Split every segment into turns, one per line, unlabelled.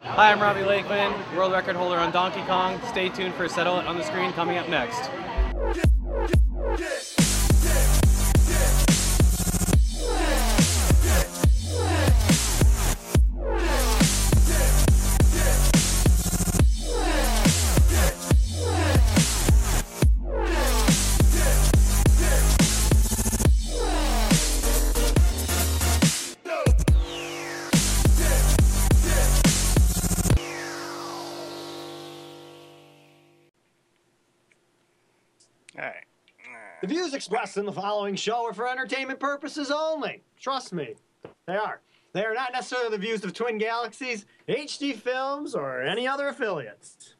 Hi, I'm Robbie Lakeman, world record holder on Donkey Kong. Stay tuned for Settle It on the Screen coming up next.
The views expressed in the following show are for entertainment purposes only. Trust me, they are. They are not necessarily the views of Twin Galaxies, HD Films, or any other affiliates.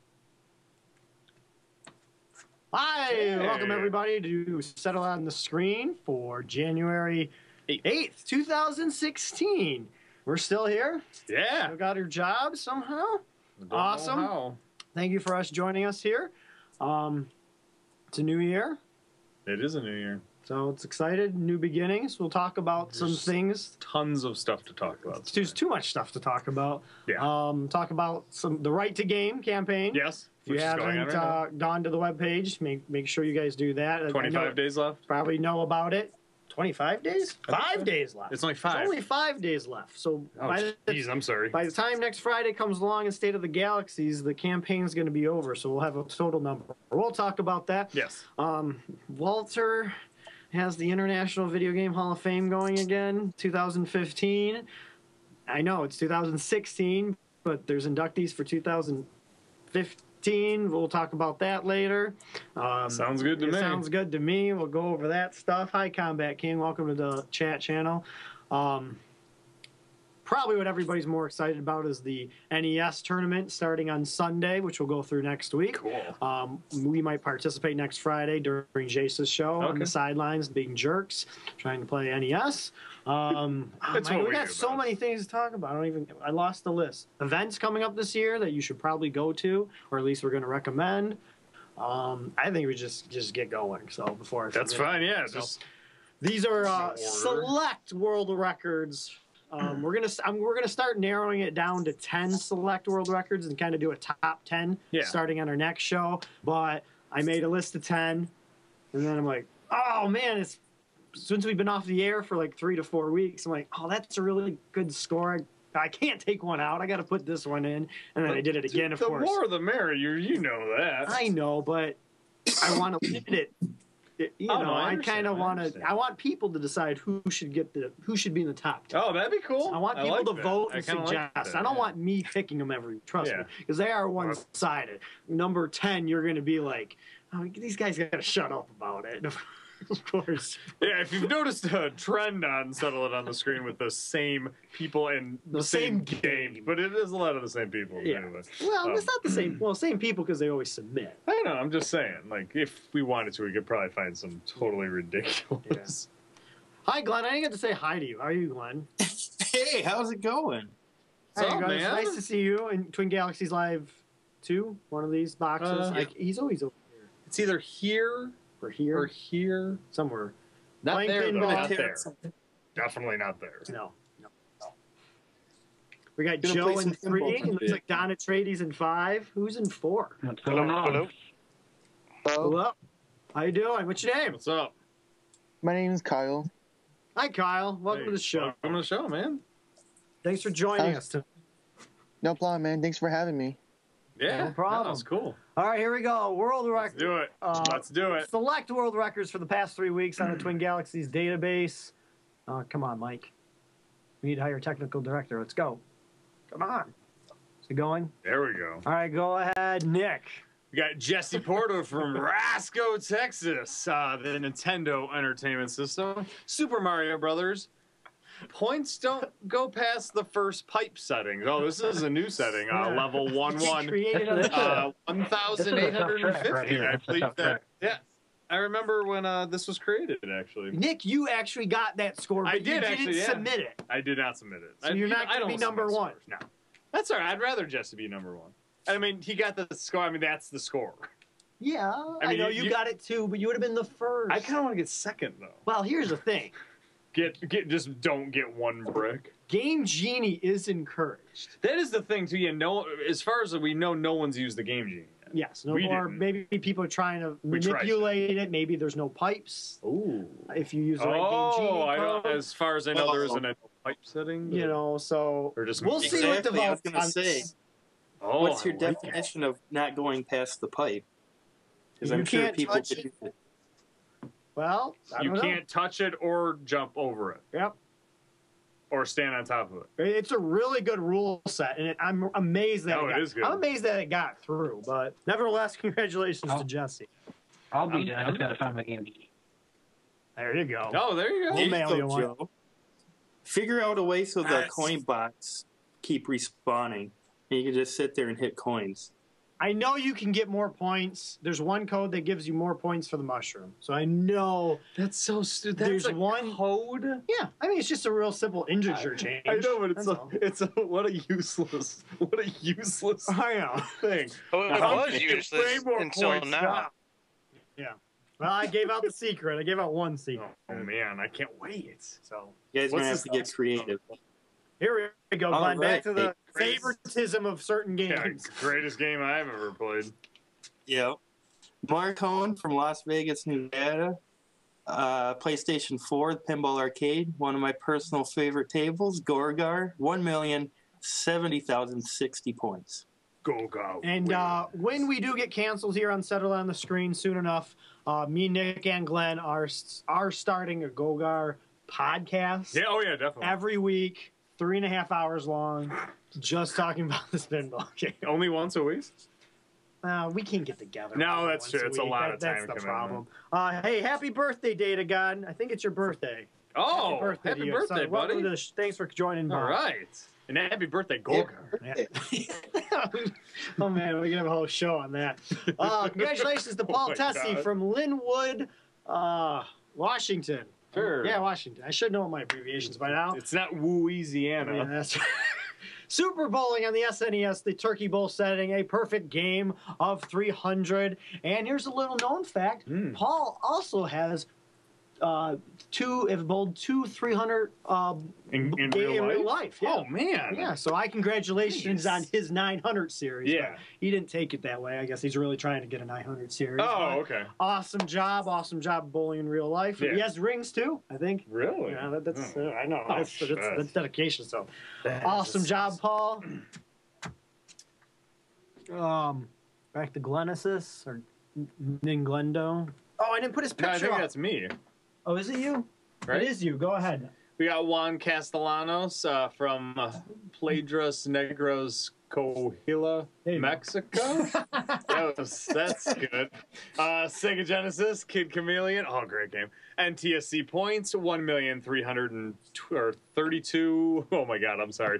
Hi, welcome everybody to Settle on the Screen for January
Eighth.
8th, 2016. We're still here.
Yeah.
Still got our jobs somehow.
Don't know
Awesome.
how.
Thank you for us joining us here. Um, it's a new year.
It is a new year.
So it's excited, new beginnings. We'll talk about some
There's-
things.
Tons of stuff to talk about.
There's too much stuff to talk about.
Yeah.
Um, talk about some the right to game campaign.
yes.
If you
which is going on
haven't
right now.
uh, gone to the webpage, make make sure you guys do that. I- I know-
25 days left.
Probably know about it. 25 days?
I think
Five
so.
days left.
It's only five.
It's only five days left. So
Oh,
by,
jeez,
the,
I'm sorry.
by the time next Friday comes along in State of the Galaxies, the campaign's going to be over. So we'll have a total number. We'll talk about that.
Yes.
Um, Walter has the International Video Game Hall of Fame going again, 2015. I know it's 2016, but there's inductees for 2015. We'll talk about that later. Um,
Sounds good to
it
me.
Sounds good to me. We'll go over that stuff. Hi, Combat King. Welcome to the chat channel. Um, probably what everybody's more excited about is the NES tournament starting on Sunday, which we'll go through next week.
Cool.
Um, we might participate next Friday during Jace's show on
Okay.
the sidelines, being jerks, trying to play NES. Um, oh
That's
my-
what
we
we
got
do,
so
bud.
many things to talk about. I don't even. I lost the list. Events coming up this year that you should probably go to, or at least we're going to recommend. Um, I think we just just get going. So before I
That's
forget.
fine. Yeah.
So-
Just
These are uh,
Order.
select world records. Um, we're gonna I'm, we're gonna start narrowing it down to ten select world records and kind of do a top ten
Yeah.
starting on our next show. But I made a list of ten, and then I'm like, oh man, it's since we've been off the air for like three to four weeks. I'm like, oh, that's a really good score. I, I can't take one out. I got to put this one in, and then I did it again. Of
the
course,
more the merrier. You know that.
I know, but I want to limit it. It- You
Oh,
know,
no, I
I, kind
understand,
of
I
want to.
understand.
I want people to decide who should get the who should be in the top. ten.
Oh, that'd be cool.
I want people
like
to
that.
vote
I
and
kinda
suggest.
like that,
I don't
yeah.
want me picking them every. Trust me,
Yeah.
because they are one sided. Number ten, you're going to be like, oh, these guys got to shut up about it. of course,
Yeah, if you've noticed a trend on Settle It on the Screen with the same people and
The
the same,
same
game,
game.
but it is a lot of the same people.
Yeah.
anyway.
well,
Um,
it's not the same. Well, same people because they always submit.
I don't know. I'm just saying. Like, if we wanted to, we could probably find some totally ridiculous.
Hi, Glenn. I didn't get to say hi to you. How are you, Glenn?
Hey, how's it going?
What's
Hey,
up,
guys.
man?
Nice to see you in Twin Galaxies Live 2, one of these boxes.
Uh,
like, he's always over here.
It's either here
We're here.
or here.
somewhere.
Not
Playing
there, though.
pinball.
Not there.
Definitely not there.
No, no, no. We got
Gonna
Joe
play
in
some
three.
pinball
It looks
today.
like Don Atreides in five. Who's in four?
Hello.
Hello.
Hello. How you doing? What's your name?
What's up?
My name is Kyle.
Hi, Kyle. Welcome
Hey,
to the show.
Welcome to the show, man.
Thanks for joining
Hi.
us. To-
No problem, man. Thanks for having me.
Yeah,
No problem.
That's cool.
All right, here we go. World
Let's
record.
do it.
Uh,
Let's do it.
Select world records for the past three weeks on the Twin Galaxies database. Uh, come on, Mike. We need to hire a technical director. Let's go. Come on. Is it going?
There we go.
All right, go ahead, Nick.
We got Jesse Porter from Rasco, Texas. Uh, the Nintendo Entertainment System, Super Mario Brothers. Points don't go past the first pipe setting. Oh, this is a new setting. Uh,
Yeah.
level one one.
Created on the
Uh, one
This is
thousand
a
eight
tough
hundred and
track right
fifty.
here.
I
That's a
believe
tough
that.
track.
Yeah, I remember when uh, this was created. Actually,
Nick, you actually got that score, but
I
you
did actually,
didn't
yeah.
submit it.
I did not submit it.
So
I,
you're
you know,
not
I
going
don't
to be number
submit
one.
scores. No, that's all right. I'd rather Jesse be number one. I mean, he got the score. I mean, that's the score.
Yeah, I,
mean,
know you,
you- you-
got it too, but you would have been the first.
I kind of want to get second though.
Well, here's the thing.
Get get just don't get one brick.
Game Genie is encouraged.
That is the thing too. You know, as far as we know, no one's used the game genie.
Yes, no
We
more.
didn't.
Maybe people are trying to
We tried.
manipulate it. Maybe there's no pipes
Ooh.
if you use the right Game
Oh,
Genie
I don't,
code,
as far as I know, there isn't a pipe setting.
you know, so
Or just
we'll see what
Exactly, I was
develops.
gonna
on
say.
this.
Oh,
What's your
I like that.
definition of not going past the pipe? Because
You
I'm sure
can't
people
touch
could
it.
use it.
Well, I
You
don't know.
can't touch it or jump over it
Yep.
or stand on top of it.
It's a really good rule set, and it, I'm amazed that
No,
it
it
got,
is good.
I'm amazed that it got through. But nevertheless, congratulations
Oh.
to Jesse.
I'll be
I'm-
there. I just gotta find my game.
There you go.
Oh, there you go.
We'll
There you
mail
go,
you one.
Joe. Figure out a way so the
Nice.
coin box keep respawning. And you can just sit there and hit coins.
I know you can get more points. There's one code that gives you more points for the mushroom. So I know.
That's so stupid.
There's one-
code.
Yeah, I mean it's just a real simple integer change.
I know, but it's
That's
a,
all.
it's a, what a useless, what a useless
I know.
thing.
Oh, it
Now,
was
it's way
useless
more
until
points
now.
Well, I gave out the secret. I gave out one secret.
Oh man, I can't wait.
So
You guys
What's
might have
this
to get
last-
creative.
here we go.
All
Glenn, back
right.
to the
Greatest-
favoritism of certain
Yeah,
games.
greatest game I've ever played.
Yeah. Mark Cohen from Las Vegas, Nevada. Uh, PlayStation 4, the Pinball Arcade, one of my personal favorite tables, Gorgar, 1,070,060 points.
Go go.
And uh, when we do get cancels here on Settle on the Screen soon enough, uh, me, Nick, and Glenn are are starting a Gogar podcast
yeah, oh yeah, definitely.
every week, three and a half hours long, just talking about this pinball game.
Only once a week.
Uh, we can't get together.
No,
once
that's true.
a
It's a
week.
lot of
That-
time
That's the problem.
commitment.
Uh, hey, happy birthday, Data God. I think it's your birthday.
Oh,
happy birthday, to you. So welcome
buddy!
to the sh- thanks for joining.
All
Bob.
right, and happy birthday, Golgar.
oh man, we can have a whole show on that. Uh, congratulations to Paul
Oh my
Tessie
God.
from Linwood, uh, Washington.
Sure.
Yeah, Washington. I should know my abbreviations by now.
It's not
Yeah,
Louisiana.
that's Super Bowling on the SNES, the Turkey Bowl setting, a perfect game of 300. And here's a little known fact:
Hmm.
Paul also has uh, two, if bowled two 300 uh,
In, in
game
real life.
Yeah.
Oh man.
Yeah, so I congratulations
Nice.
on his 900 series. but
Yeah.
he didn't take it that way. I guess he's really trying to get a 900 series.
Oh,
but
okay.
awesome job, awesome job bowling in real life.
Yeah.
He has rings too, I think.
Really?
Yeah, that, that's
Oh.
uh, I know
Oh,
that's, that's,
shit.
that's dedication. So
That is-
awesome job, Paul. Um, back to Glenesis or N- Ninglendo. Oh, I didn't put his
No, I
picture.
think
up.
that's me.
Oh, is it you?
Right?
It is you. Go ahead.
We got Juan Castellanos uh, from uh, Pledras Negros, Coahuila,
There you go.
Mexico. that was, that's good. Uh, Sega Genesis, Kid Chameleon. Oh, great game. NTSC points, 1,332. Oh, my God, I'm sorry.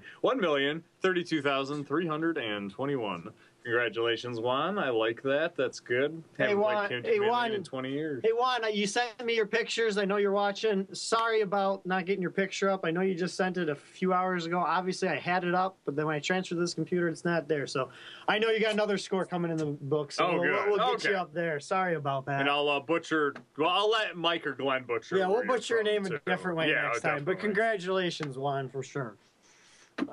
1,032,321. Congratulations, Juan. I like that. That's good.
Hey,
Haven't
Juan-
liked Kid
hey,
Chameleon
Juan.
in 20 years.
Hey Juan, you sent me your pictures. I know you're watching. Sorry about not getting your picture up. I know you just sent it a few hours ago. Obviously, I had it up, but then when I transferred to this computer, it's not there. So I know you got another score coming in the book. So
Oh,
we'll,
good.
we'll get
Okay.
you up there. Sorry about that.
And I'll uh, butcher. Well, I'll let Mike or Glenn butcher.
yeah,
where
we'll
you're
put your
from,
name
too.
a different way
Yeah,
next time. But
definitely.
congratulations, Juan, for sure.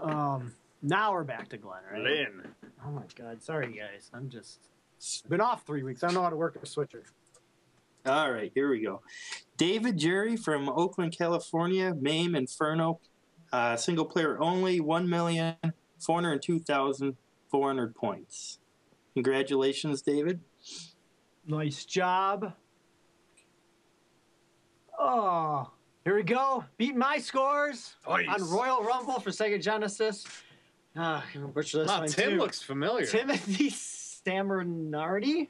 Um, now we're back to Glenn, right?
Lynn.
Oh my God, sorry guys. I'm just been off three weeks. I don't know how to work a switcher.
All right, here we go. David Jerry from Oakland, California, MAME Inferno, uh, single player only, 1,402,400 points. Congratulations, David.
Nice job. Oh, here we go. Beat my scores on
Nice.
Royal Rumble for Sega Genesis. Ah, I'm gonna butcher this
Wow,
one
Tim
too.
looks familiar.
Timothy Samarinardi.
Is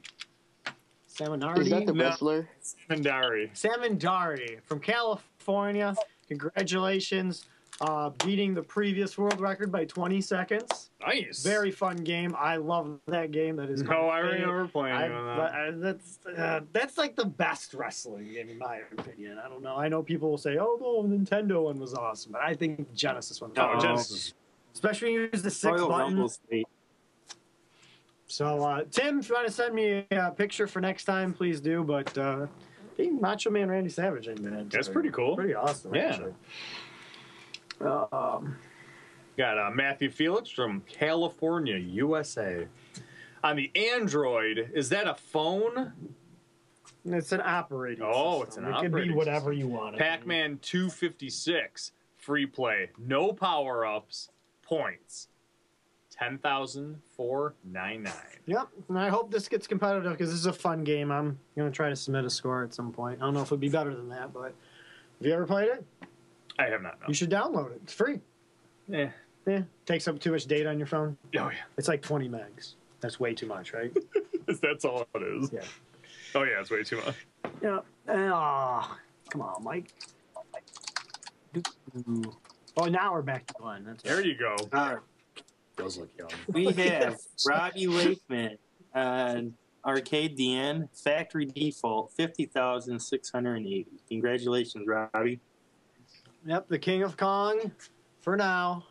that the
Samarinardi.
No.
wrestler?
Pandari.
Samandari from California. Congratulations, uh, beating the previous world record by 20 seconds.
Nice.
Very fun game. I love that game. That is my
No, I
favorite.
remember playing
I,
on
but
that.
I, that's uh, that's like the best wrestling game in my opinion. I don't know. I know people will say, "Oh no, the Nintendo one was awesome," but I think the Genesis one. Was
Oh,
Oh.
awesome.
Genesis.
Especially when you use the six
Royal
buttons.
Rumble's great.
So, uh, Tim, if you want to send me a picture for next time, please do. But uh, being Macho Man Randy Savage in man.
That's pretty cool.
Pretty awesome.
Yeah.
Actually. Um,
Got uh, Matthew Felix from California, USA. On the Android, is that a phone?
it's an operating.
Oh,
system.
it's an
it could
operating
be whatever you want. it to be.
Pac Man 256, free play, no power ups, points. 10,499.
Yep, and I hope this gets competitive because this is a fun game. I'm gonna try to submit a score at some point. I don't know if it'd be better than that, but have you ever played it?
I have not known.
You should download it. It's free.
Eh.
Yeah, takes up too much data on your phone.
Oh,
It's like 20 megs. That's way too much, right?
yeah. That's all it is.
Yeah.
Oh, yeah, it's way too much.
yeah. Oh, come on, Mike.
Mm-hmm.
Oh, now we're back to one. That's
There you go.
All right.
Those look young.
We have Robbie Wakeman on Arcade DN Factory Default, 50,680. Congratulations, Robbie.
Yep, the King of Kong for now.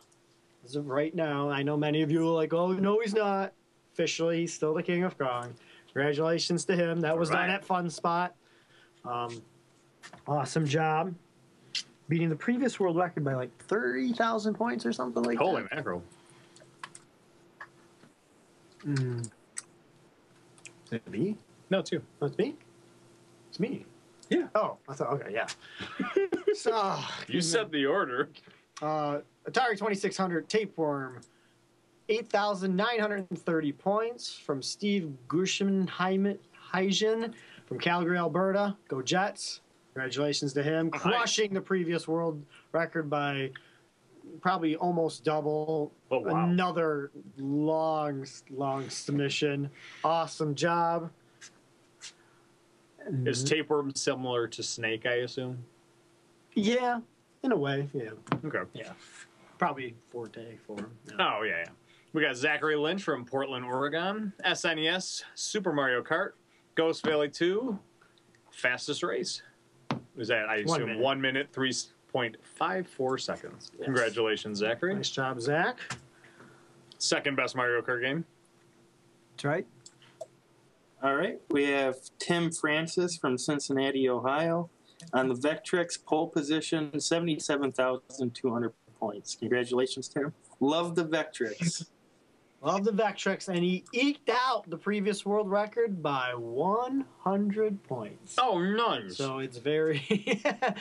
As of right now, I know many of you are like, oh, no, he's not. Officially, he's still the King of Kong. Congratulations to him. That was
Alright.
done at Fun Spot. Um, awesome job. Beating the previous world record by like 30,000 points or something like
Holy
that.
mackerel.
Mm,
Is it me?
No, two.
oh, it's me? It's me.
Yeah.
Oh, I thought, okay, yeah. so,
You set the order.
uh, Atari 2600 Tapeworm, 8,930 points from Steve Gushenheim from Calgary, Alberta. Go Jets. Congratulations to him.
Nice.
Crushing the previous world record by probably almost double.
Oh, wow.
Another long, long submission. Awesome job.
Is tapeworm similar to snake, I assume?
Yeah, in a way. Yeah.
Okay.
Probably four day for him. Yeah.
Oh, yeah, yeah. We got Zachary Lynch from Portland, Oregon. SNES, Super Mario Kart, Ghost Valley 2, fastest race. Was that, I assume,
One
one minute,
minute.
3.54 seconds.
Yes.
Congratulations, Zachary.
Nice job, Zach.
Second best Mario Kart game.
That's right.
All right. We have Tim Francis from Cincinnati, Ohio on the Vectrex pole position, 77,200 points. Congratulations, Tim. Love the Vectrex.
Love the Vectrex, and he eked out the previous world record by 100 points.
Oh, nice.
So it's very.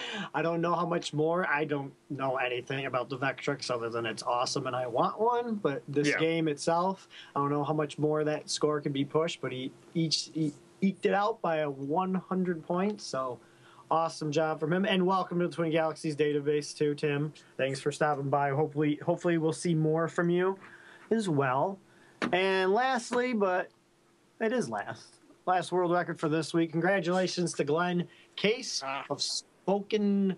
I don't know how much more. I don't know anything about the Vectrex other than it's awesome and I want one. But this
Yeah.
game itself, I don't know how much more that score can be pushed. But he each he eked it out by a 100 points. So awesome job from him, and welcome to the Twin Galaxies database too, Tim. Thanks for stopping by. Hopefully, hopefully we'll see more from you as well. And lastly, but it is last. Last world record for this week. Congratulations to Glenn Case of Spokane,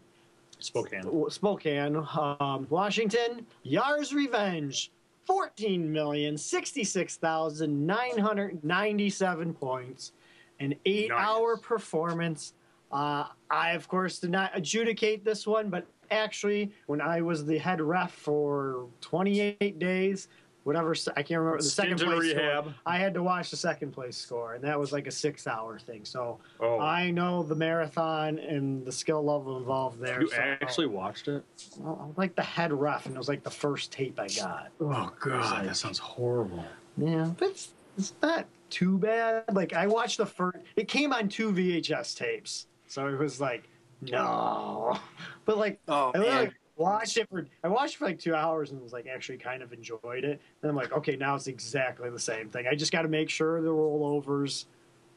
Spokane.
w- Spokane, um, Washington. Yar's Revenge, fourteen million sixty-six thousand nine hundred ninety-seven points, an eight-hour
Nice.
performance. Uh, I of course did not adjudicate this one, but actually, when I was the head ref for twenty-eight days, whatever se- I can't remember the second
Stint in
place score,
rehab.
I had to watch the second place score, and that was like a six-hour thing. So
Oh,
I know the marathon and the skill level involved there.
you
so-
actually watched it?
I was like the head ref, and it was like the first tape I got.
Oh, God. That sounds horrible.
Yeah, but it's, it's not too bad. Like I watched the first. It came on two VHS tapes, so it was like no. But like
Oh,
I literally
man.
watched it for I watched it for like two hours and was like actually kind of enjoyed it. And I'm like, okay, now it's exactly the same thing. I just got to make sure the rollovers.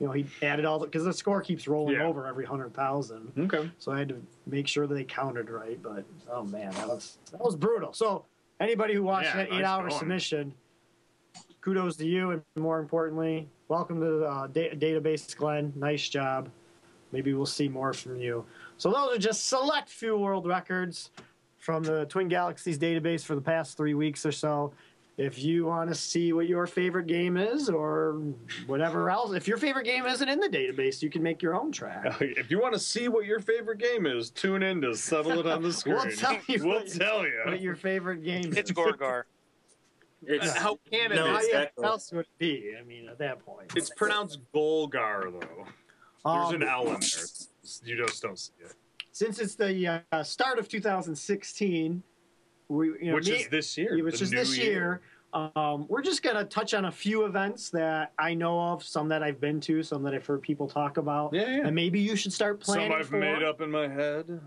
You know, he added all the because the score keeps rolling
Yeah.
over every hundred thousand.
Okay.
So I had to make sure that they counted right. But oh man, that was that was brutal. So anybody who watched
Yeah,
that
nice
eight-hour
going.
submission, kudos to you, and more importantly, welcome to the uh, da- database, Glenn. Nice job. Maybe we'll see more from you. So those are just select few world records from the Twin Galaxies database for the past three weeks or so. If you want to see what your favorite game is or whatever else, if your favorite game isn't in the database, you can make your own track.
If you want to see what your favorite game is, tune in to Settle It on the Screen.
We'll tell you
We'll
what-
tell you.
what your favorite game
It's
is.
Gorgar.
It's,
How can it
No,
be?
How
it's- exactly.
else would it be? I mean, at that point.
It's pronounced Golgar, though. There's
Um,
an L in there. You just don't see it.
Since it's the uh, start of 2016, we you know,
which
me-
is this year.
Yeah, which
the
is
new
this year. Um, we're just gonna touch on a few events that I know of, some that I've been to, some that I've heard people talk about,
Yeah, yeah.
and maybe you should start planning.
Some I've
for.
made up in my head.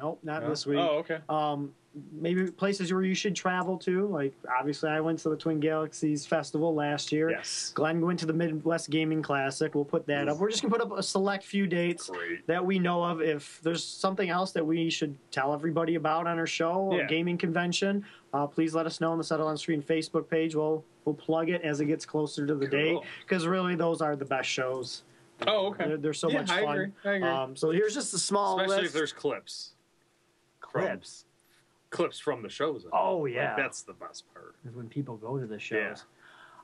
Nope, not
No?
this week.
Oh, okay.
Um, maybe places where you should travel to. Like obviously, I went to the Twin Galaxies Festival last year.
Yes.
Glenn went to the Midwest Gaming Classic. We'll put that up. We're just gonna put up a select few dates
Great.
that we know of. If there's something else that we should tell everybody about on our show, or
Yeah.
gaming convention, uh, please let us know on the Settle on Screen Facebook page. We'll we'll plug it as it gets closer to the date
Cool.
because really those are the best shows.
Oh, okay.
They're, they're so
Yeah,
much
I
fun.
agree. I agree.
Um, so here's just a small
Especially if
list.
there's clips. from-
Clips?
Clips from the shows.
oh
Like,
yeah,
that's the best part.
is when people go to the shows.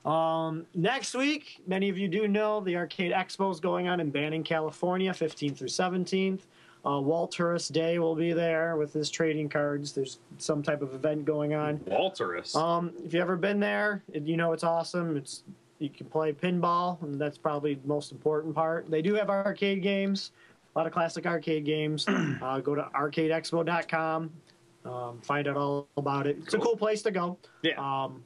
Um, next week, many of you do know the Arcade Expo is going on in Banning, California, 15th through 17th. Uh, Walterus Day will be there with his trading cards. There's some type of event going on.
Walterus.
Um, if you've ever been there, it- you know it's awesome. It's you can play pinball, and that's probably the most important part. They do have arcade games, a lot of classic arcade games. uh, go to arcadeexpo.com, um, find out all about it. It's a
Cool.
cool place to go.
yeah.
Um,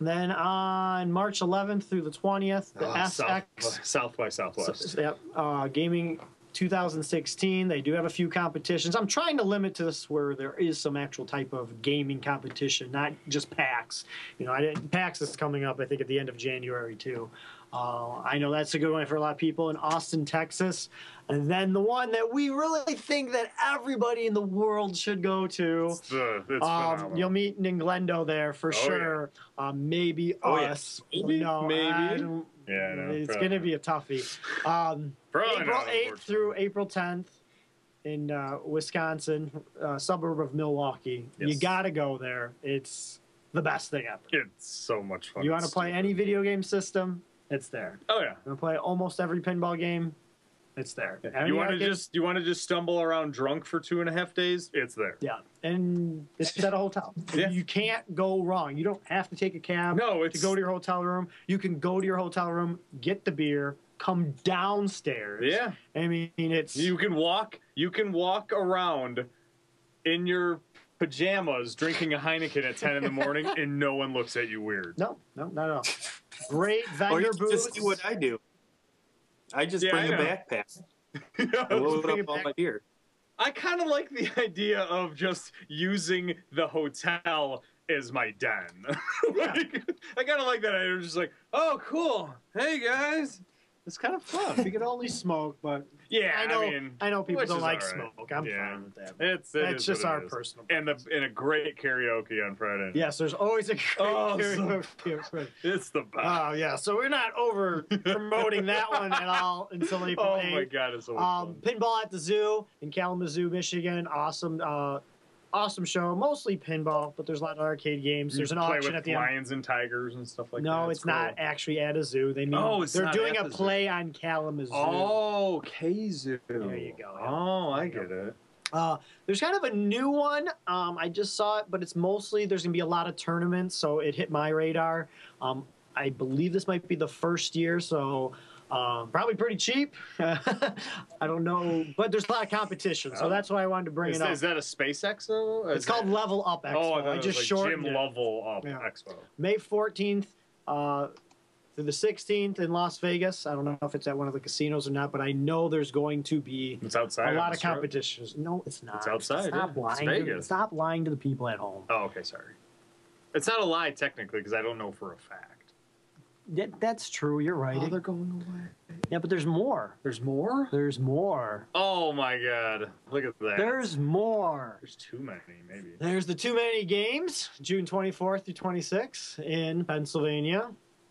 then on March 11th through the 20th, the
Oh,
SX
South, South by Southwest.
so- yep, uh, gaming 2016. They do have a few competitions. I'm trying to limit to this where there is some actual type of gaming competition, not just PAX. You know, I didn't, PAX is coming up, I think, at the end of January too. Uh, I know that's a good one for a lot of people in Austin, Texas, and then the one that we really think that everybody in the world should go to.
It's the- it's
Um,
phenomenal.
you'll meet in Glendo there for
Oh, yeah.
sure. Um, maybe
Oh, yeah.
us.
Maybe,
No,
maybe.
I don't-
Yeah, no,
it's
probably
going to
not.
be a toughie. Um,
Probably
April
not,
8th through April 10th in uh, Wisconsin, uh, suburb of Milwaukee. You
Yes.
got to go there. It's the best thing ever.
unfortunately. It's so much fun.
you
and
want to play
stupid.
any video game system, it's there.
Oh yeah.
You want to play almost every pinball game, it's there. Any
you want to
arcade-
just you want to just stumble around drunk for two and a half days? It's there.
Yeah, and it's at a hotel.
Yeah.
You can't go wrong. You don't have to take a cab.
No,
to
it's
go to your hotel room. You can go to your hotel room, get the beer, come downstairs.
yeah.
I mean, it's
You can walk. You can walk around in your pajamas drinking a Heineken at ten in the morning, and no one looks at you weird.
no, no, not at all. Great
Or
vendor
you can
booths.
just do what I do. I just
Yeah,
bring
I
a
know.
backpack and load
bring
up
a
all
back-
my beer.
I kind of like the idea of just using the hotel as my den. like, I kind of like that. idea. just like, oh, cool. Hey guys, it's kind of fun.
we could only smoke, but
yeah,
I know. I,
mean,
know people
which
don't
is
like
all right.
smoke. I'm
Yeah.
fine with that.
it's it
That's
is
just
what it
our
is.
personal.
and the and a great karaoke on Friday. night.
Yes, there's always a great
Oh, so-
karaoke.
it's the best.
Oh yeah, so we're not over promoting that one at all until April
oh
8th.
my god, it's so much
Um,
fun.
pinball at the zoo in Kalamazoo, Michigan. Awesome, uh, awesome show. Mostly pinball, but there's a lot of arcade games.
You
There's an
play
auction
with
at the end.
lions and tigers and stuff like that.
no, it's not
cool.
actually at a zoo. They mean
Oh, it's
they're
not
doing
at
a
the zoo.
play on Kalamazoo.
Oh, Kazoo.
There you go, yeah.
Oh, I
There you
get it.
Uh, there's kind of a new one. Um, I just saw it, but it's mostly there's gonna be a lot of tournaments, so it hit my radar. Um, I believe this might be the first year, so um, probably pretty cheap. I don't know, but there's a lot of competition, so that's why I wanted to bring
Is,
it up.
Oh. is that a SpaceX though?
it's called Level Up Expo.
Oh, I,
I,
thought it was
just
like
shortened
Jim
it.
Lovell up
Yeah.
Expo.
May 14th uh, through the 16th in Las Vegas. I don't know if it's at one of the casinos or not, but I know there's going to be
It's outside.
a lot
on
of
the road.
competitions. No, it's not.
It's outside,
Stop
yeah. It's
lying. To,
Vegas.
stop lying to the people at home.
Oh, okay, sorry. It's not a lie technically because I don't know for a fact.
That, that's true. You're right.
Oh, going away.
yeah, but there's more.
There's more.
There's more.
Oh my god! Look at that.
There's more.
There's too many, maybe.
There's the Too Many Games, June 24th through 26th in Pennsylvania.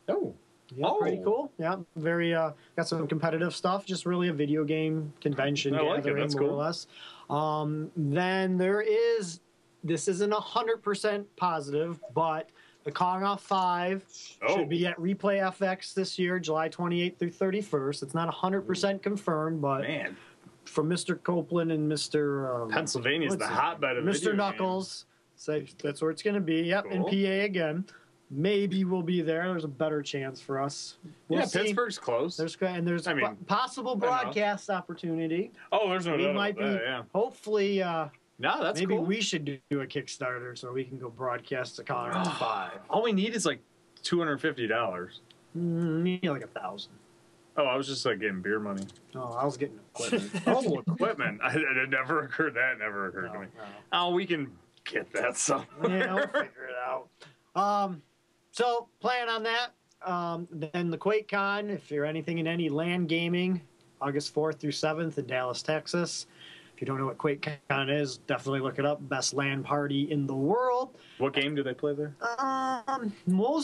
Oh.
Yeah, pretty
Oh.
cool. Yeah, very uh, got some competitive stuff. Just really a video game convention
I like it.
gathering,
That's
more
cool.
or less. Um, then there is this isn't hundred percent positive, but the Kong Off Five
Oh.
should be at Replay FX this year, July twenty eighth through thirty first. It's not hundred percent confirmed, but
Man,
from Mr. Copeland and Mr. Um,
Pennsylvania's
what's
the
his
hotbed of video
Mr.
games.
Knuckles. So that's where it's going to be. Yep, in
Cool.
PA again. maybe we'll be there. There's a better chance for us. We'll
yeah,
see.
Pittsburgh's close.
There's and there's
I mean,
po- possible
why not?
broadcast opportunity.
oh, there's no
we
doubt
might
about that,
be-
yeah.
Hopefully, uh,
No, that's
maybe
cool.
we should do, do a Kickstarter so we can go broadcast to Colorado Five.
All we need is like two hundred fifty dollars.
Mm, need like a thousand.
Oh, I was just like getting beer money.
No, I was getting equipment.
Oh, equipment. I, it never occurred. That
No,
never occurred to me.
no.
Oh, we can get that somewhere.
yeah, we'll figure it out. Um, so plan on that. Um, then the QuakeCon, if you're anything in any land gaming, August 4th through 7th in Dallas, Texas. If you don't know what QuakeCon is, definitely look it up. Best land party in the world.
What game do they play there?
Um,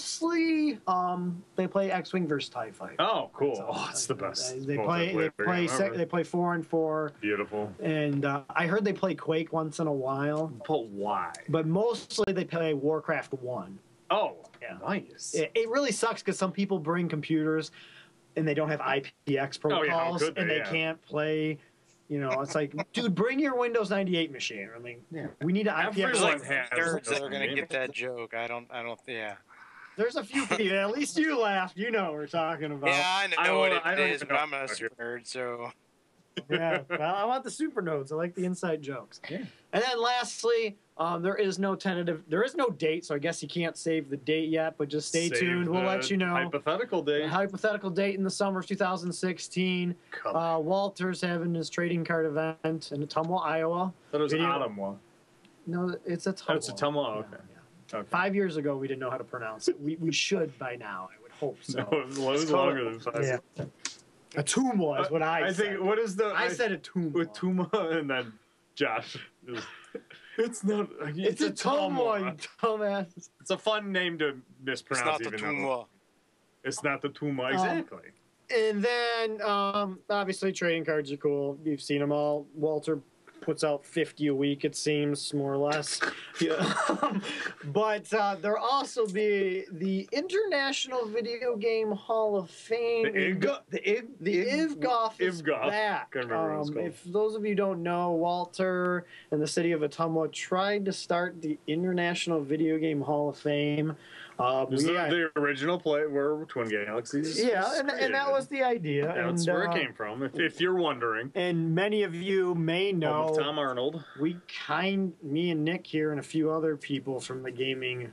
mostly, um, they play X-wing versus Tie Fighter. uh,
Oh, cool. Oh, it's the best.
They play. They
multiplayer
play.
game
Sec-
ever.
they play four and four,
Beautiful.
and uh, I heard they play Quake once in a while,
But why?
but mostly they play Warcraft One.
Oh,
Yeah.
nice.
it, it really sucks because some people bring computers and they don't have IPX
Oh, how
protocols
could they?
and they
Yeah.
can't play. You know, it's like, dude, bring your Windows 98 machine. I mean, we need an IPX.
Everyone
There's like
has
nerds that are
those
gonna
games.
get that joke. I don't. I don't. Yeah.
There's a few people. At least you laughed. You know what we're talking about.
yeah, I know
I
what
don't-
it
I don't
is,
even
but
know.
I'm a super nerd, so
yeah. Well, I want the super nodes. I like the inside jokes.
Yeah.
And then lastly, um, there is no tentative, there is no date, so I guess you can't save the date yet. But just stay
Save
tuned. We'll
the
let you know.
Hypothetical
A
day.
hypothetical date in the summer of 2016.
Come on.
Uh, Walter's having his trading card event in Ottumwa, Iowa.
That was
video-
Ottawa.
No, it's a
Oh, it's Ottumwa. Okay. Okay.
Five years ago, we didn't know how to pronounce it. We, we should by now. I would hope so.
No, it was
It's called-
longer than five.
yeah. A tumwa is what I,
I
said.
think. What is the?
I said a tumwa.
with Tuma and then Josh. is- It's not.
it's, a tumwa, you dumbass.
It's a fun name to
it's
mispronounce.
not the
even though
Tumwa.
It's not the
Oh.
Tuma. Exactly.
And then, um, obviously, trading cards are cool. You've seen them all. Walter puts out 50 a week, it seems, more or less.
yeah.
but uh, there'll also be the International Video Game Hall of Fame.
The IVGA?
The, IV, the IVGOF is
IVGOF.
back.
Can't remember what it's
Um,
called.
if those of you don't know, Walter and the city of Ottumwa tried to start the International Video Game Hall of Fame. Uh,
Is
we-
that the original play where Twin Galaxies?
yeah, and, and that
created?
was the idea. and,
That's where
uh,
it came from. If, if you're wondering,
And many of you may
Home
know
of Tom Arnold.
we kind me and Nick here and a few other people from the gaming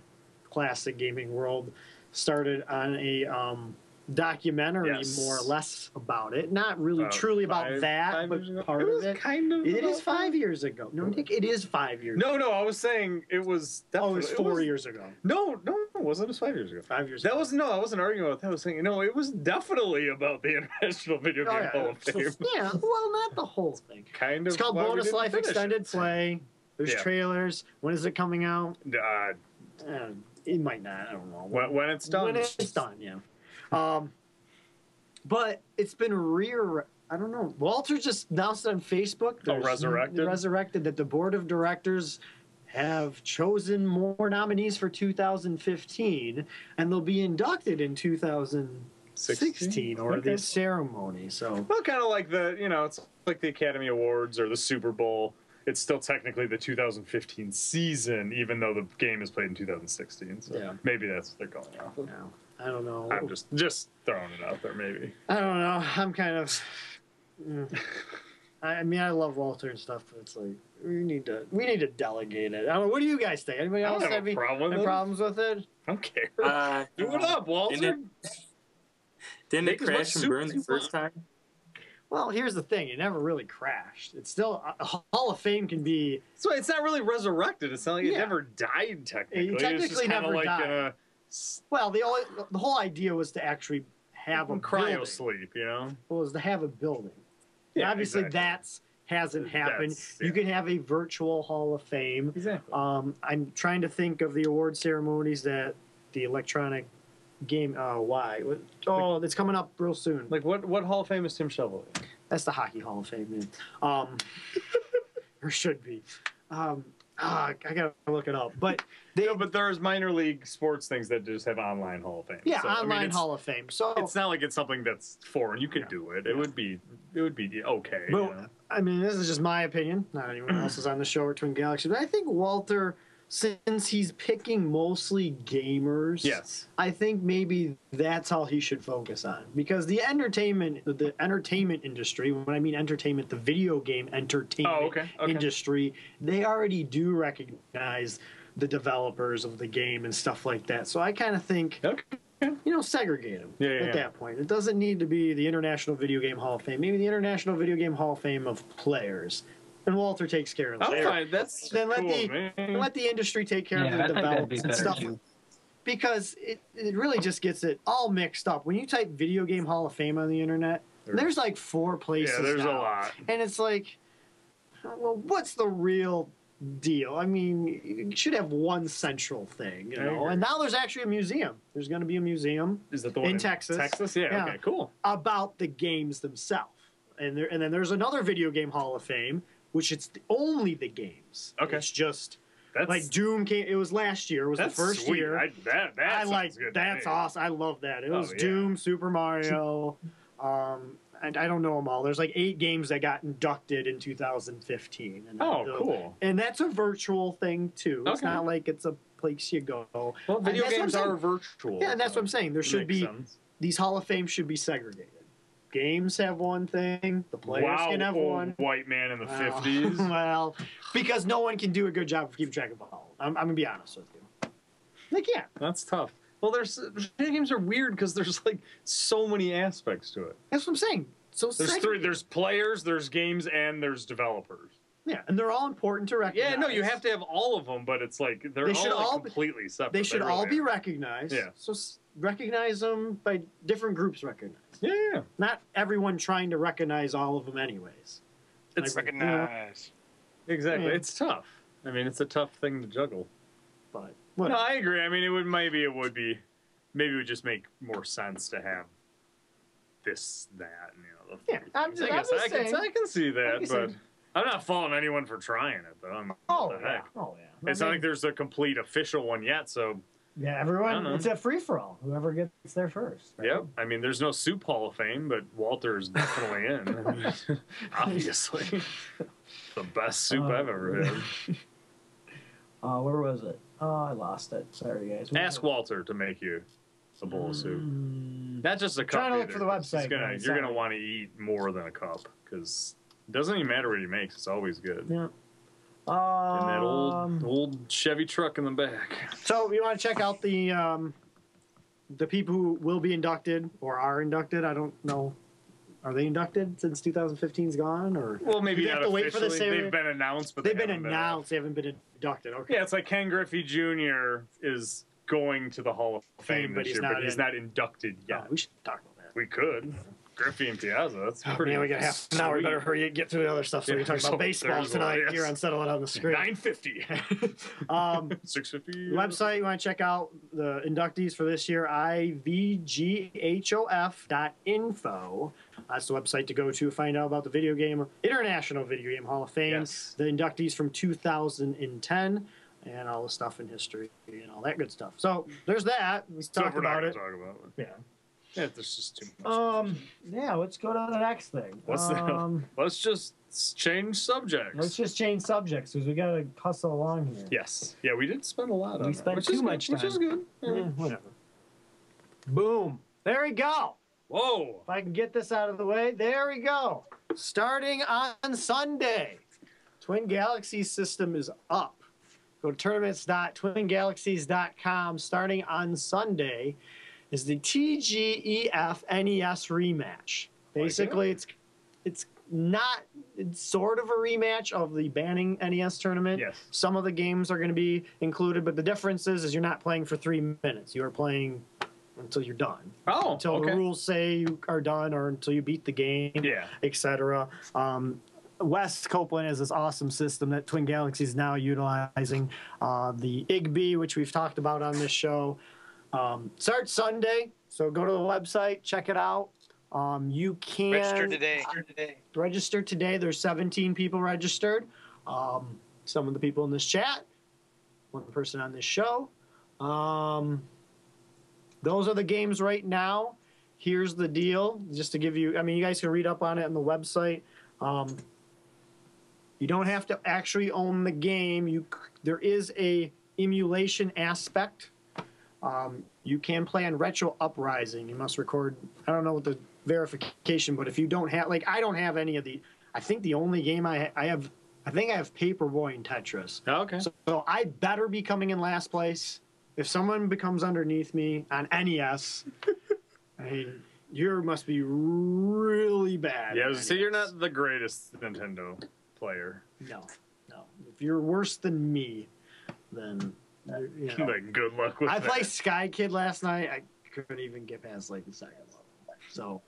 classic gaming world started on a um, documentary
Yes.
more or less about it not really
About
truly about
uh, five-
that
five
but
years ago.
part
it was
of it
Kind of.
it is
about-
five years ago no Nick it is five years
No, no. I was saying it was.
ago. oh it was
definitely-
four
was-
years ago
No, no, it wasn't. It was five years ago.
five years
That
ago.
was no, I wasn't arguing about that. I was saying no, it was definitely about the International Video Game Hall of
So-
Fame.
Oh, yeah well not the whole thing
Kind of.
it's called
why we
bonus
didn't
life
finish it.
extended play there's
Yeah.
trailers when is it coming out
Uh,
uh, it might not i don't know
when, when it's done.
When it's done, yeah. Um, but it's been rear. I don't know. Walter just announced on Facebook.
Oh,
there's-
resurrected?
Resurrected that the board of directors have chosen more nominees for 2015, and they'll be inducted in 2016 or
Okay.
the ceremony. So
Well, kind of like the you know, it's like the Academy Awards or the Super Bowl. It's still technically the 2015 season, even though the game is played in 2016. So
Yeah.
maybe that's what they're going off.
you
of.
know, I don't know.
I'm just just throwing it out there, maybe.
I don't know. I'm kind of. Mm. I I mean, I love Walter and stuff, but it's like we need to we need to delegate it. I don't know. What do you guys think? Anybody
I don't
else
have a
have any,
problem with
any
it.
problems with it?
I don't care.
Uh,
Do it up, Walter.
didn't Didn't
Make
it
as much
crash and
soup
burn
as
the
you
first time?
Well, here's the thing: it never really crashed. It's still a Hall of Fame can be.
So it's not really resurrected. It's not like it
Yeah.
never died technically. it's just
technically
kinda
never
like
died.
in a s-
Well, the only, the whole idea was to actually have a
cryo
building.
sleep, you know?
Was to have a building.
Yeah,
Obviously,
exactly.
that's hasn't happened.
That's-
You
yeah.
can have a virtual Hall of Fame.
Exactly.
Um, I'm trying to think of the award ceremonies that the electronic game. Uh, why? What- Oh, it's coming up real soon.
Like what what Hall of Fame is Tim Shovel?
That's the hockey Hall of Fame, man. Um, or should be. Um, ah, I gotta look it up. But they,
No, but there's minor league sports things that just have online Hall of Fame.
yeah,
So, I mean,
online
it's-
Hall of Fame. So
It's not like it's something that's foreign. You could
Yeah.
do it. It would be it would be okay.
But
you know?
I mean, this is just my opinion. Not anyone else is on the show or Twin Galaxy. But I think Walter since he's picking mostly gamers,
Yes.
I think maybe that's all he should focus on because the entertainment, the entertainment industry. When I mean entertainment, the video game entertainment
Oh, okay, okay.
industry, they already do recognize the developers of the game and stuff like that. So I kind of think
Okay.
you know, segregate them
Yeah, yeah,
at
yeah.
that point. It doesn't need to be the International Video Game Hall of Fame. Maybe the International Video Game Hall of Fame of players. And Walter takes care of
I'm
that.
fine. That's
Then let
cool,
the-
man.
Let the industry take care
Yeah, I
of the
think that'd be
development and
better
stuff.
too.
Because it, it really just gets it all mixed up. When you type Video Game Hall of Fame on the internet, there's like four places.
yeah, there's a
now.
lot.
And it's like, well, what's the real deal? I mean, you should have one central thing, you
I
know?
agree.
And now there's actually a museum. There's going to be a museum
Is that the
In Texas.
Texas, yeah,
Yeah.
Okay, cool.
about the games themselves. And there, and then there's another video game Hall of Fame, which it's th- only the games.
Okay.
it's just
That's
like Doom came. It was last year. It was the
that's
first
sweet.
year.
I, that that
I
sounds
like
good to
that's
me.
awesome. I love that. It
Oh,
was
yeah.
Doom, Super Mario, um, and I don't know them all. There's like eight games that got inducted in 2015. And
Oh,
the-
cool.
And that's a virtual thing too. It's
Okay.
not like it's a place you go.
Well,
And
video
that's what
games
I'm saying.
are virtual.
Yeah, and that's what I'm
so
saying. There
it
should
makes
be
sense.
these Hall of Fame should be segregated. Games have one thing, the players
wow, oh,
can have
old
one. Oh.
white man in the
Well,
50s.
well, because no one can do a good job of keeping track of all. I'm, I'm gonna be honest with you. They can't.
That's tough. Well, there's video games are weird because there's like so many aspects to it.
That's what I'm saying. So
There's
seg-
three. There's players, there's games, and there's developers.
yeah, and they're all important to recognize.
Yeah, no, you have to have all of them, but it's like they're
They
all,
should
like,
all be-
completely separate.
They should all be
really
recognized.
Yeah.
So s- recognize them by different groups. Recognize.
are. Yeah,
Not everyone trying to recognize all of them, anyways.
It's-
Like, you know,
Recognize.
exactly.
Yeah.
It's tough. I mean, it's a tough thing to juggle.
but what?
No, I agree. I mean, it would maybe it would be maybe it would just make more sense to have this, that, and you know. The
Yeah, I'm
things.
just-
I
I'm
guess
just
I can,
saying.
I can see that,
I'm just
but
saying.
I'm not faulting anyone for trying it though. I'm,
oh,
what the
yeah.
heck?
oh yeah.
It's
I
not
mean,
like there's a complete official one yet, so
Yeah,
I don't
everyone.
know.
It's a free for all. Whoever gets there first. right?
yep. I mean, there's no Soup Hall of Fame, but Walter's definitely in. Obviously, the best soup I've ever had.
Uh, where was it? Oh, I lost it. Sorry, guys. Where
Ask
was
Walter to make you a bowl of
it?
soup.
Mm,
Not just a cup.
Trying to look
either,
for the
'cause it's
website,
Gonna,
man,
you're going to
sorry.
want to eat more than a cup because it doesn't even matter what he makes. It's always good.
Yeah.
And that
um,
old old Chevy truck in the back.
So you want to check out the um, the people who will be inducted or are inducted? I don't know. Are they inducted since 2015's gone, or
Well, maybe
You
not
have to wait for the
officially.
ceremony.
They've been announced, but
they've
they
been
haven't
announced? They haven't been inducted. Okay.
Yeah, it's like Ken Griffey Jr. is going to the Hall of Fame
but
this
he's
year,
not
but he's
in.
not inducted
Yeah,
yet.
we should talk about that.
We could. Griffey and Piazza. That's
Oh,
pretty.
man, we got half an hour. We better hurry and get through the other stuff so we
Yeah,
can talk
there's a-
about baseball
there's a lot,
tonight
yes.
here on Settle It on the Screen.
Nine fifty.
Um,
Six fifty.
website you want to check out the inductees for this year ivghof.info that's the website to go to find out about the video game international video game hall of fame
Yes.
the inductees from 2010 and all the stuff in history and all that good stuff so there's that we
So
talked
we're not
about
gonna
it Oh.
talk about it.
Yeah.
Yeah, there's just too much.
Um. Yeah. Let's go to the next thing.
What's that?
um,
Let's just s- change subjects.
Let's just change subjects because we gotta hustle along here.
Yes. Yeah, we didn't spend a lot on
We
it,
spent
which
too
is good,
much
Which is good.
Eh, whatever. Boom. There we go.
Whoa.
If I can get this out of the way, there we go.
starting on sunday twin galaxies system is up go to tournaments.twingalaxies.com starting on sunday is the E TGEF NES rematch. Basically, it's it's not it's sort of a rematch of the banning NES tournament.
Yes.
Some of the games are going to be included, but the difference is, is you're not playing for three minutes. You are playing until you're done,
Oh.
until
okay.
the rules say you are done, or until you beat the game
Yeah.
etc. Um, Wes Copeland has this awesome system that Twin Galaxies is now utilizing. Uh, the IGB, which we've talked about on this show, um, starts Sunday. So go to the website, check it out. Um, you can
Register today.
register today. There's 17 people registered. Um, some of the people in this chat, one person on this show. Um, those are the games right now. Here's the deal, just to give you. I mean, you guys can read up on it on the website. Um, you don't have to actually own the game. You c- there is a emulation aspect. Um, you can play on Retro Uprising. You must record. I don't know what the verification, but if you don't have, like, I don't have any of the. I think the only game I ha- I have, I think I have Paperboy and Tetris.
Okay.
So, so I better be coming in last place. If someone becomes underneath me on NES, I mean, you must be really bad.
Yeah,
at E
so you're
NES.
not the greatest Nintendo player.
No, no. If you're worse than me, then you you know.
Like, good luck with
I
that.
played Sky Kid last night. I couldn't even get past like the second level. So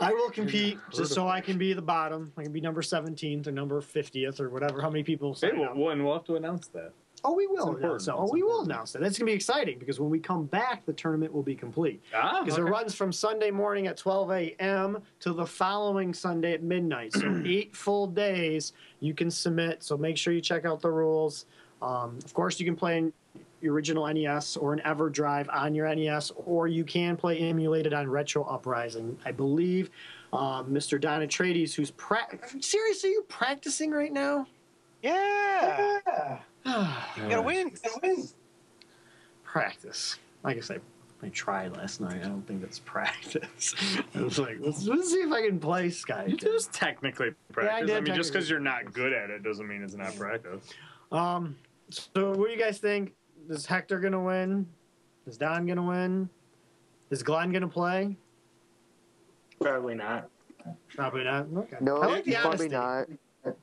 I will compete just so I can be the bottom. I can be number 17th or number 50th or whatever. How many people?
Hey,
sign
well,
up.
when we'll have to announce that.
Oh, we will
important.
announce that. Oh,
It's
we will
important.
announce that. That's gonna be exciting because when we come back, the tournament will be complete
Ah,
because it runs from Sunday morning at 12 a.m. to the following Sunday at midnight. So eight full days you can submit. So make sure you check out the rules. Um, of course, you can play in your original NES or an EverDrive on your NES, or you can play emulated on Retro Uprising. I believe uh, Mr. Don Atreides, who's pra- seriously, are you practicing right now?
Yeah. You gotta
Uh,
win.
practice. Like I said, I tried last night. I don't think it's practice. I was like, let's, let's see if I can play Sky.
You just technically practice.
did
I mean,
technically
just because you're not
practice.
good at it doesn't mean it's not practice.
Um, so what do you guys think? Is Hector gonna win? Is Don gonna win? Is Glenn gonna play?
Probably not.
Probably not. Okay.
No,
I like the
probably
honesty.
not.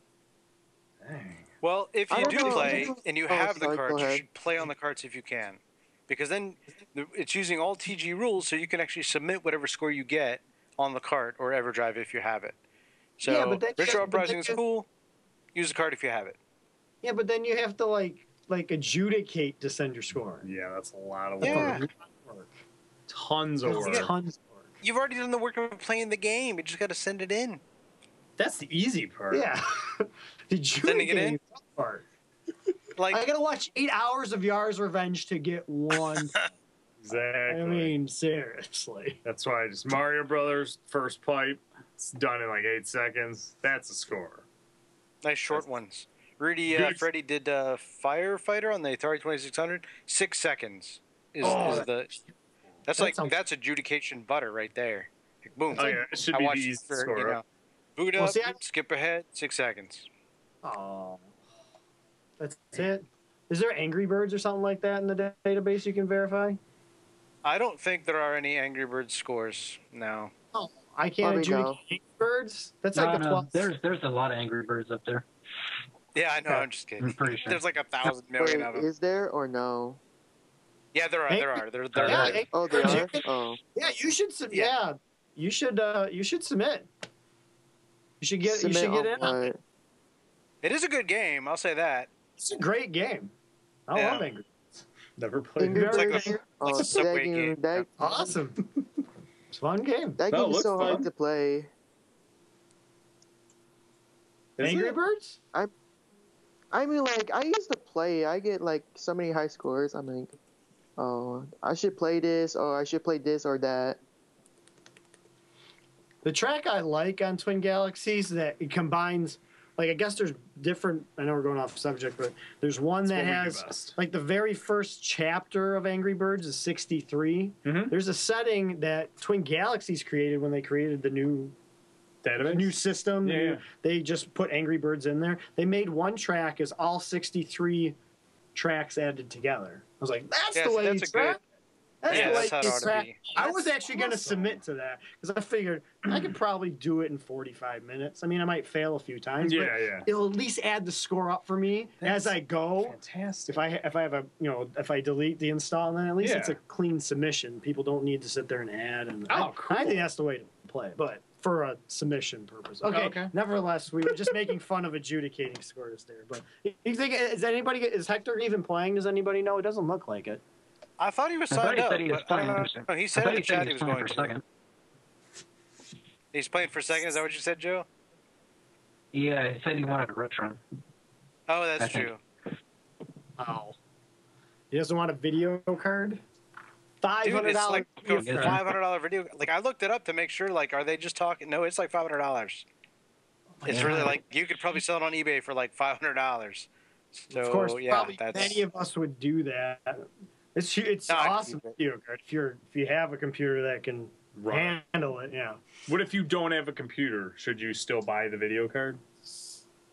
Well, if
I
you
don't
do
know.
play and you
Oh,
have the
sorry, go
cards, you
ahead.
should play on the cards if you can, because then the- it's using all TG rules, so you can actually submit whatever score you get on the cart or EverDrive if you have it. So
Yeah, but that
Retro
just- but
Uprising
that
is
just-
cool. Use the card if you have it.
Yeah, but then you have to like like adjudicate to send your score.
Yeah, that's a lot of work.
Yeah.
Tons of
That's
work.
tons of work.
You've already done the work of playing the game. You just got to send it in.
That's the easy part.
Yeah.
Sending it
adjudicating
in?
part.
Like
I gotta watch eight hours of Yar's Revenge to get one.
Exactly.
I mean, seriously.
that's why just Mario Brothers, first pipe. It's done in like eight seconds. That's a score.
nice short ones. Rudy uh,
Good.
Freddy did uh, Firefighter on the Atari 2600. Six seconds is,
Oh,
is the. That's
that
like
sounds-
that's adjudication butter right there. Like, boom.
Oh, yeah, it should
I
be the
watched
easy
for,
score.
you know, boot
Well,
up,
see, I-
skip ahead, six seconds.
Oh, that's it. Is there Angry Birds or something like that in the da- database you can verify?
I don't think there are any Angry Birds scores. No.
I can't
Probably
adjudicate
no.
Angry Birds. That's
No,
like the
no,
plus.
There's there's a lot of Angry Birds up there.
Yeah, I know.
Okay.
I'm just
I'm
kidding.
pretty sure.
There's like a thousand
Wait,
million of them.
is there or no?
Yeah, there are. There are. There, there
yeah,
are.
Angry
Oh, there
Birds, you
are.
could-
Oh,
yeah, you should. Sub- yeah.
Yeah.
you should. Uh, you should submit. You should get. you should
submit
get in.
on
on it.
what?
It is a good game. I'll say that.
It's a great game. I
Yeah.
love Angry. Birds.
Never played.
Angry
Very
Birds.
good.
Oh,
Like a Subway
that game.
game.
That,
Awesome. it's a fun game.
that
No,
game
it
is so
looks
hard
fun.
to play.
Is
Angry
it?
Birds.
I mean, like I used to play. I get like so many high scores. I'm like, oh, I should play this, or I should play this or that.
The track I like on Twin Galaxies that it combines, like I guess there's different. I know we're going off subject, but there's one
That's
that
what we do
has
best.
like the very first chapter of Angry Birds is 63.
Mhm.
There's a setting that Twin Galaxies created when they created the new
Database?
new system.
Yeah, yeah.
They just put Angry Birds in there. They made one track as all 63 tracks added together. I was like, that's
Yeah,
the
see,
way
that's
you
a good-
track. That's
yeah,
the way
that's how it
you
ought to
track
be.
I was actually going to submit to that because I figured I could probably do it in 45 minutes. I mean, I might fail a few times,
Yeah,
but
yeah.
it'll at least add the score up for me as I go.
Fantastic.
If I if I have a you know if I delete the install, then at least it's a
Yeah.
clean submission. People don't need to sit there and add. And I,
Oh, cool.
I think that's the way to play it, but for a submission purpose. Okay.
okay.
Nevertheless, we were just making fun of adjudicating scores there. But you think is anybody is Hector even playing? Does anybody know? It doesn't look like it.
I thought he was
I thought
signed
he
up.
said he was
but I
playing.
don't know.
for a second.
No, he
I
said
thought
in
he
the chat
said
he
he
was
was playing
going
for a
to.
second.
He's playing for second. Is that what you said, Joe?
Yeah, he said he wanted a retron.
Oh, that's
I think.
true.
Oh. He doesn't want a video card? Five
Dude,
hundred
it's
dollars.
like a
Yeah.
five hundred dollar video. Like I looked it up to make sure. Like, are they just talking? No, it's like five hundred dollars. It's
Yeah.
Oh,
really like you could probably sell it on eBay for like five hundred dollars. So
of course,
yeah,
probably
that's
many of us would do that. It's hu- it's
No, I keep
awesome
it.
video card if you're if you have a computer that can
Right.
handle it. Yeah.
What if you don't have a computer? Should you still buy the video card?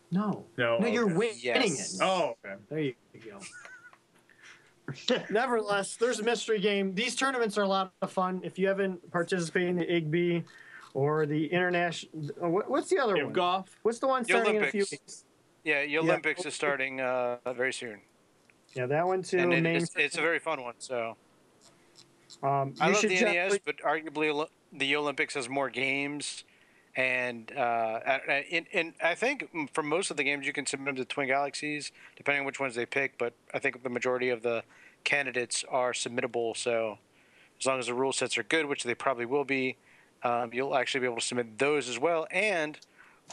No.
No.
No, you're
okay.
winning
Oh, Yes.
it.
Oh, okay.
There you go. Nevertheless, there's a mystery game. These tournaments are a lot of fun. If you haven't participated in the IGB or the international, uh, what, what's the other one?
Give golf.
What's the one
The
starting in a few
Olympics.
weeks?
yeah. The Olympics is starting uh, very soon,
Yeah, that one too.
and it-
Name-
it's, it's a very fun one. So
um,
I
you
love the E
should
NES,
definitely-
but arguably Ol- the Olympics has more games, and uh, I- I- in, in, I think for most of the games you can submit them to Twin Galaxies, depending on which ones they pick. But I think the majority of the candidates are submittable. So as long as the rule sets are good, which they probably will be, um, you'll actually be able to submit those as well. And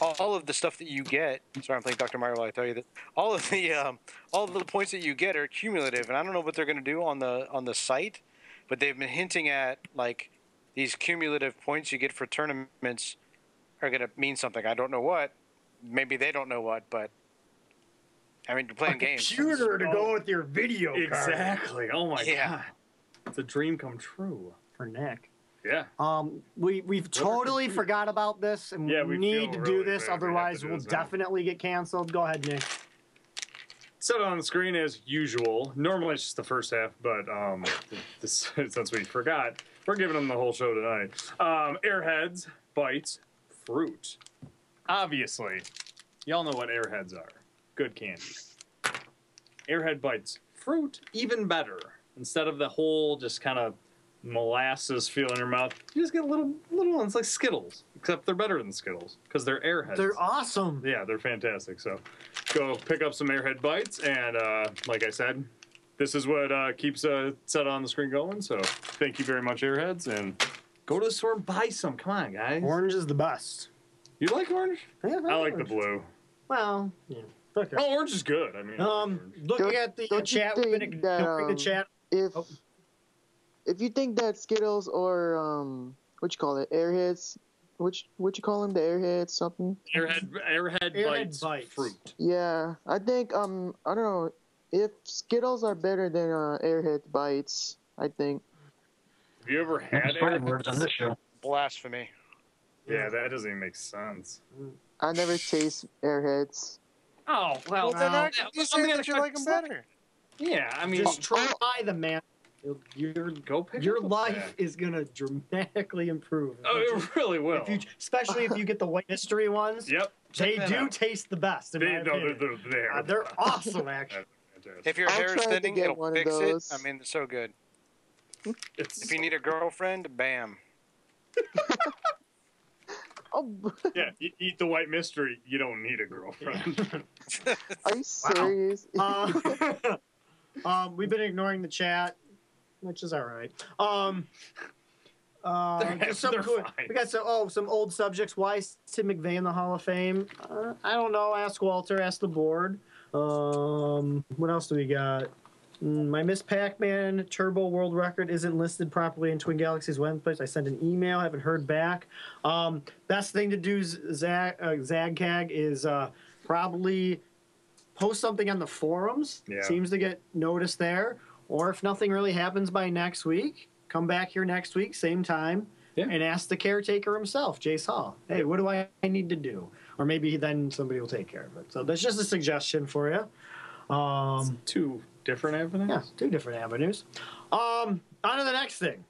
all of the stuff that you get. Sorry, I'm playing Dr. Mario while I tell you that all of the um, all of the points that you get are cumulative, and I don't know what they're going to do on the on the site but they've been hinting at like these cumulative points you get for tournaments are going to mean something. I don't know what. Maybe they don't know what, but I mean, you're playing games.
computer to go with your video card
Exactly. Oh my
Yeah.
god. It's a dream come true.
for Nick.
Yeah.
Um, we we've totally forgot about this, and
Yeah,
we
we
need to
feel
do
really
this.
bad. We have to
Otherwise,
do
we'll
this now.
definitely get canceled. Go ahead, Nick.
Set on the screen as usual. Normally it's just the first half, but um, this, since we forgot, we're giving them the whole show tonight. Um, airheads, bites, fruit. Obviously, y'all know what airheads are. Good candy. Airhead bites, fruit, even better. Instead of the whole just kind of molasses feel in your mouth, you just get little little ones like Skittles, except they're better than Skittles because they're airheads.
They're awesome.
Yeah, they're fantastic. So go pick up some Airhead Bites. And uh, like I said, this is what uh, keeps uh, set on the screen going. So thank you very much, Airheads. And go to the store and buy some. Come on, guys.
Orange is the best.
You like orange?
Yeah,
I like the
orange.
blue.
Well, yeah. Okay.
Oh, orange is good. I mean, I like
Um,
orange.
looking
Don't-
at the
don't you
chat, we've been
think that,
ignoring the
um,
chat.
If
Oh.
if you think that Skittles or um what you call it Airheads, which what you call them the Airheads something?
Airhead, airhead,
Airhead
bites,
Bites.
fruit.
Yeah, I think um I don't know if Skittles are better than uh, Airhead bites. I think
Have you ever had
There's five
airhead?
words on this show.
Blasphemy.
Yeah, that doesn't even make sense.
I never taste Airheads.
Oh well,
Well, then
Wow.
I, you said that you like them better.
yeah. I mean,
Just try the man. Your
go pick
your
up a
life
pack.
is gonna dramatically improve.
Oh, it really will.
if you, especially if you get the white mystery ones,
yep.
they
check that
do
out.
taste the best. In
They,
my
no, they're,
opinion.
they're, they're,
Uh, they're awesome, actually.
If your
I'll
hair
try
is
to
thinning,
get
it'll
one of
fix it.
those.
I mean, it's so good.
It's-
If you need a girlfriend, bam.
Oh,
yeah, you eat the white mystery. You don't need a girlfriend.
are you serious?
Uh, um, we've been ignoring the chat, which is all right. Um, uh,
They're-
just some
they're
cool-
fine.
we got some oh some old subjects. Why is Tim McVeigh in the Hall of Fame? Uh, I don't know. Ask Walter. Ask the board. Um, what else do we got? Mm, My Miss Pac-Man Turbo World Record isn't listed properly in Twin Galaxies website. I sent an email. Haven't heard back. Um, best thing to do, Zag, uh, Zagcag, is uh, probably post something on the forums.
Yeah.
Seems to get noticed there. Or if nothing really happens by next week, come back here next week, same time,
Yeah.
and ask the caretaker himself, Jace Hall. Hey, what do I I need to do? Or maybe then somebody will take care of it. So that's just a suggestion for you. Um,
Two different avenues.
yeah, two different avenues. Um, on to the next thing.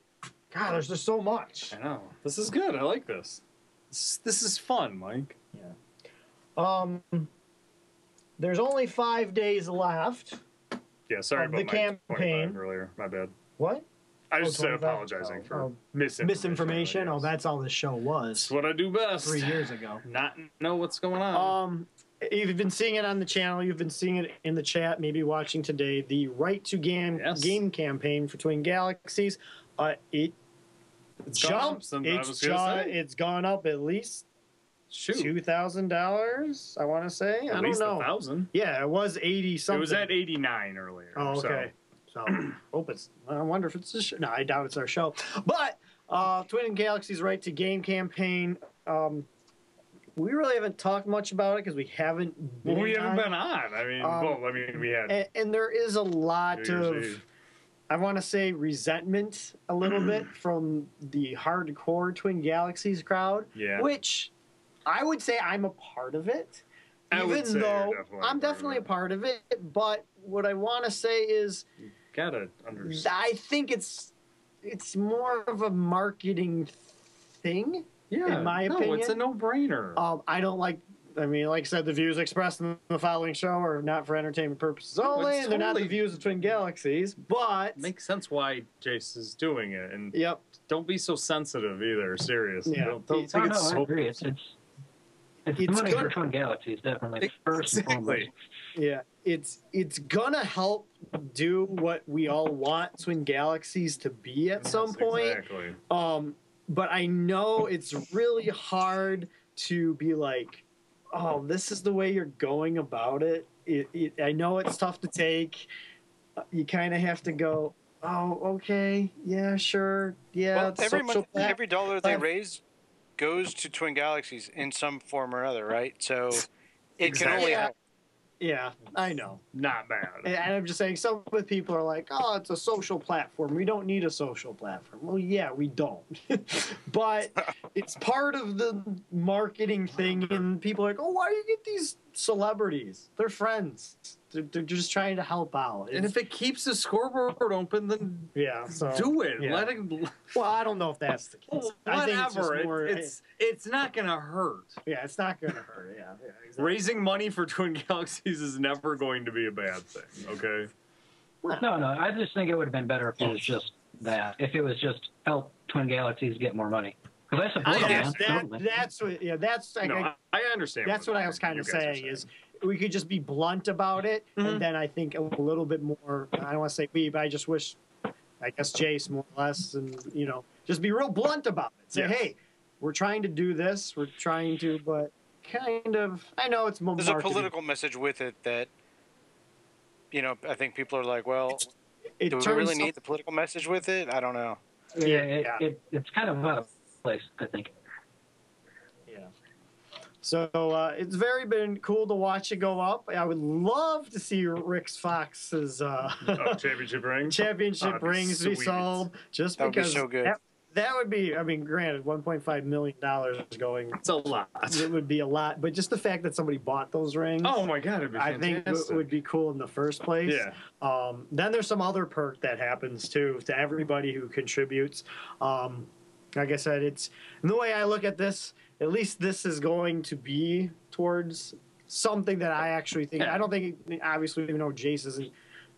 God, there's just so much.
I know. This is good. I like this. This, this is fun, Mike.
Um, there's only five days left.
Yeah, sorry
Of
about
Um, the
my
campaign.
25 earlier. My bad.
What?
I
Oh,
just said
25.
apologizing
Oh,
for
oh.
misinformation.
Misinformation.
I
Oh,
guess.
that's all the show
That's
was
what I do best.
three years ago.
Not know what's going on.
Um, you've been seeing it on the channel. You've been seeing it in the chat. Maybe watching today the right to game
Yes.
game campaign for Twin Galaxies. Uh, it
It's gone up
jumps.
since I
It's,
was gonna
ju-
say.
it's gone up at least
Shoot.
two thousand dollars. I want to say. I
At
don't
least a
know.
thousand.
Yeah, it was eighty something.
It was at 89 earlier.
Oh,
so-
okay. So, hope it's. I wonder if it's. A sh- no, I doubt it's our show. But uh, Twin Galaxies right to game campaign. Um, we really haven't talked much about it because we haven't.
Well, we haven't
on.
been on. I mean,
Um,
well, I mean, we had
and, and there is a lot
New Year's
of
Eve.
i want to say resentment a little bit from the hardcore twin galaxies crowd
Yeah.
which i would say i'm a part of it
I would
even
say you're
though
definitely a part
i'm
of
definitely a
it.
part of it but what i want to say is
gotta understand.
i think it's it's more of a marketing thing
Yeah,
in my
no,
opinion
it's a no-brainer.
um, I don't like. I mean, like I said, the views expressed in the following show are not for entertainment purposes only,
Oh, it's
and they're not the
totally-
views of Twin Galaxies. But
Makes sense why Jace is doing it, and
yep,
don't be so sensitive either. Seriously,
Yeah.
don't, don't
It's- oh,
think
no,
it's
no, I
so.
agree. It's it's it's,
It's
money
good.
for Twin Galaxies, definitely. First and foremost.
Exactly.
yeah, it's it's gonna help do what we all want Twin Galaxies to be at some
Yes,
point.
Exactly.
Um, but I know it's really hard to be like, oh, this is the way you're going about it. it, it I know it's tough to take. Uh, You kind of have to go, oh, okay, yeah, sure, yeah.
well,
it's
every
social
month,
pla-
every dollar they
uh,
raise goes to Twin Galaxies in some form or other, right? So it can
Exactly.
only
Yeah.
help.
yeah, I know.
Not bad.
And and I'm just saying, some of the people are like, oh, it's a social platform. We don't need a social platform. Well, yeah, we don't. but it's part of the marketing thing. And people are like, oh, why do you get these celebrities? They're friends. They're, they're just trying to help out.
And if it keeps the scoreboard open, then
yeah, so.
do it.
Oh, yeah.
Let it.
Well, I don't know if that's the case. I think it's, just
Whatever. It-
more,
it's it's not gonna hurt.
yeah, it's not going to hurt. Yeah, yeah exactly.
Raising money for Twin Galaxies is never going to be a bad thing. Okay.
No, no, I just think it would have been better if it was just that. If it was just help Twin Galaxies get more money. Because I support
I
them,
guess
that,
absolutely.
that's what. Yeah, that's. I,
no,
I
I, I understand.
That's what I was kind
you
of
guys are
saying, is we could just be blunt about it,
Mm-hmm.
Mhm.
and then I think a little bit more. I don't want to say we, but I just wish, I guess Jace more or less, and you know, just be real blunt about it. Say,
Yes.
hey, we're trying to do this, we're trying to, but kind of. I know it's more
There's a
marketing.
political message with it that you know I think people are like, well,
It
do
turns
we really
some-
need the political message with it? I don't know.
yeah, it,
yeah.
It, it's kind of out of place, I think.
So uh, it's very been cool to watch it go up. I would love to see Rick's Fox's uh,
Oh, championship ring.
championship
That'd be
rings be
sweet.
sold just
That would be
because
so good.
That, that would be i mean granted 1.5 million dollars going
That's a lot.
it would be a lot but just the fact that somebody bought those rings
Oh my god, it'd be
i
fantastic.
think w- would be cool in the first place
yeah.
um, then there's some other perk that happens too to everybody who contributes. Um, like I said, it's and the way I look at this. At least this is going to be towards something that I actually think. I don't think obviously you know Jace isn't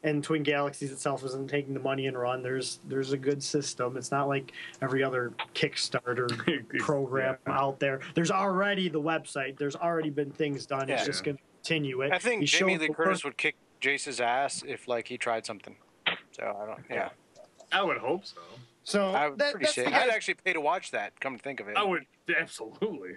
and Twin Galaxies itself isn't taking the money and run. There's there's a good system. It's not like every other Kickstarter program
Yeah.
out there. There's already the website. There's already been things done. It's
Yeah.
just going to continue it.
I think
You show
Jamie Lee
the
Curtis would kick Jace's ass if like he tried something. So I don't. Yeah,
I would hope so.
So
I would
that-
pretty
that's the
shit.
guys-
I'd actually pay to watch that. Come to think of it,
I would absolutely.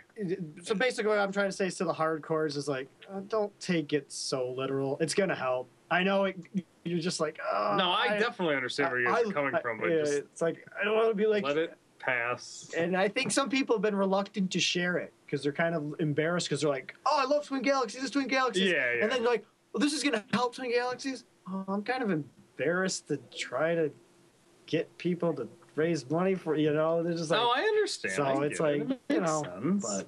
so basically what i'm trying to say is to the hardcores is like uh, don't take it so literal it's gonna help i know it, you're just like oh,
No, I, definitely understand where you guys are coming from, but
yeah,
just
it's like i don't want to be like
let it pass.
and i think some people have been reluctant to share it because they're kind of embarrassed because they're like oh i love twin galaxies this is twin galaxies
Yeah, yeah.
and then like well, this is gonna help twin galaxies oh, i'm kind of embarrassed to try to get people to raise money for you know they're just like
no, I understand.
so
I
it's
get it.
like,
It
you
makes
know,
sense.
but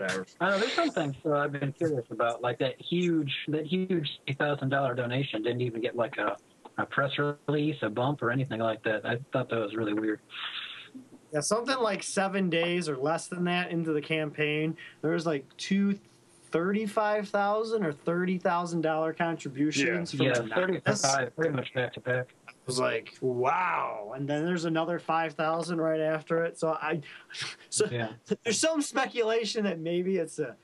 whatever
I don't know, there's some things that I've been curious about, like that huge, that huge thousand dollar donation didn't even get like a, a press release, a bump, or anything like that. I thought that was really weird.
Yeah, something like seven days or less than that into the campaign, there was like two thirty-five thousand or thirty thousand dollar contributions.
Yeah,
from anonymous.
35, pretty much back to back.
I was like, wow. And then there's another five thousand right after it. So I, so
Yeah.
there's some speculation that maybe it's a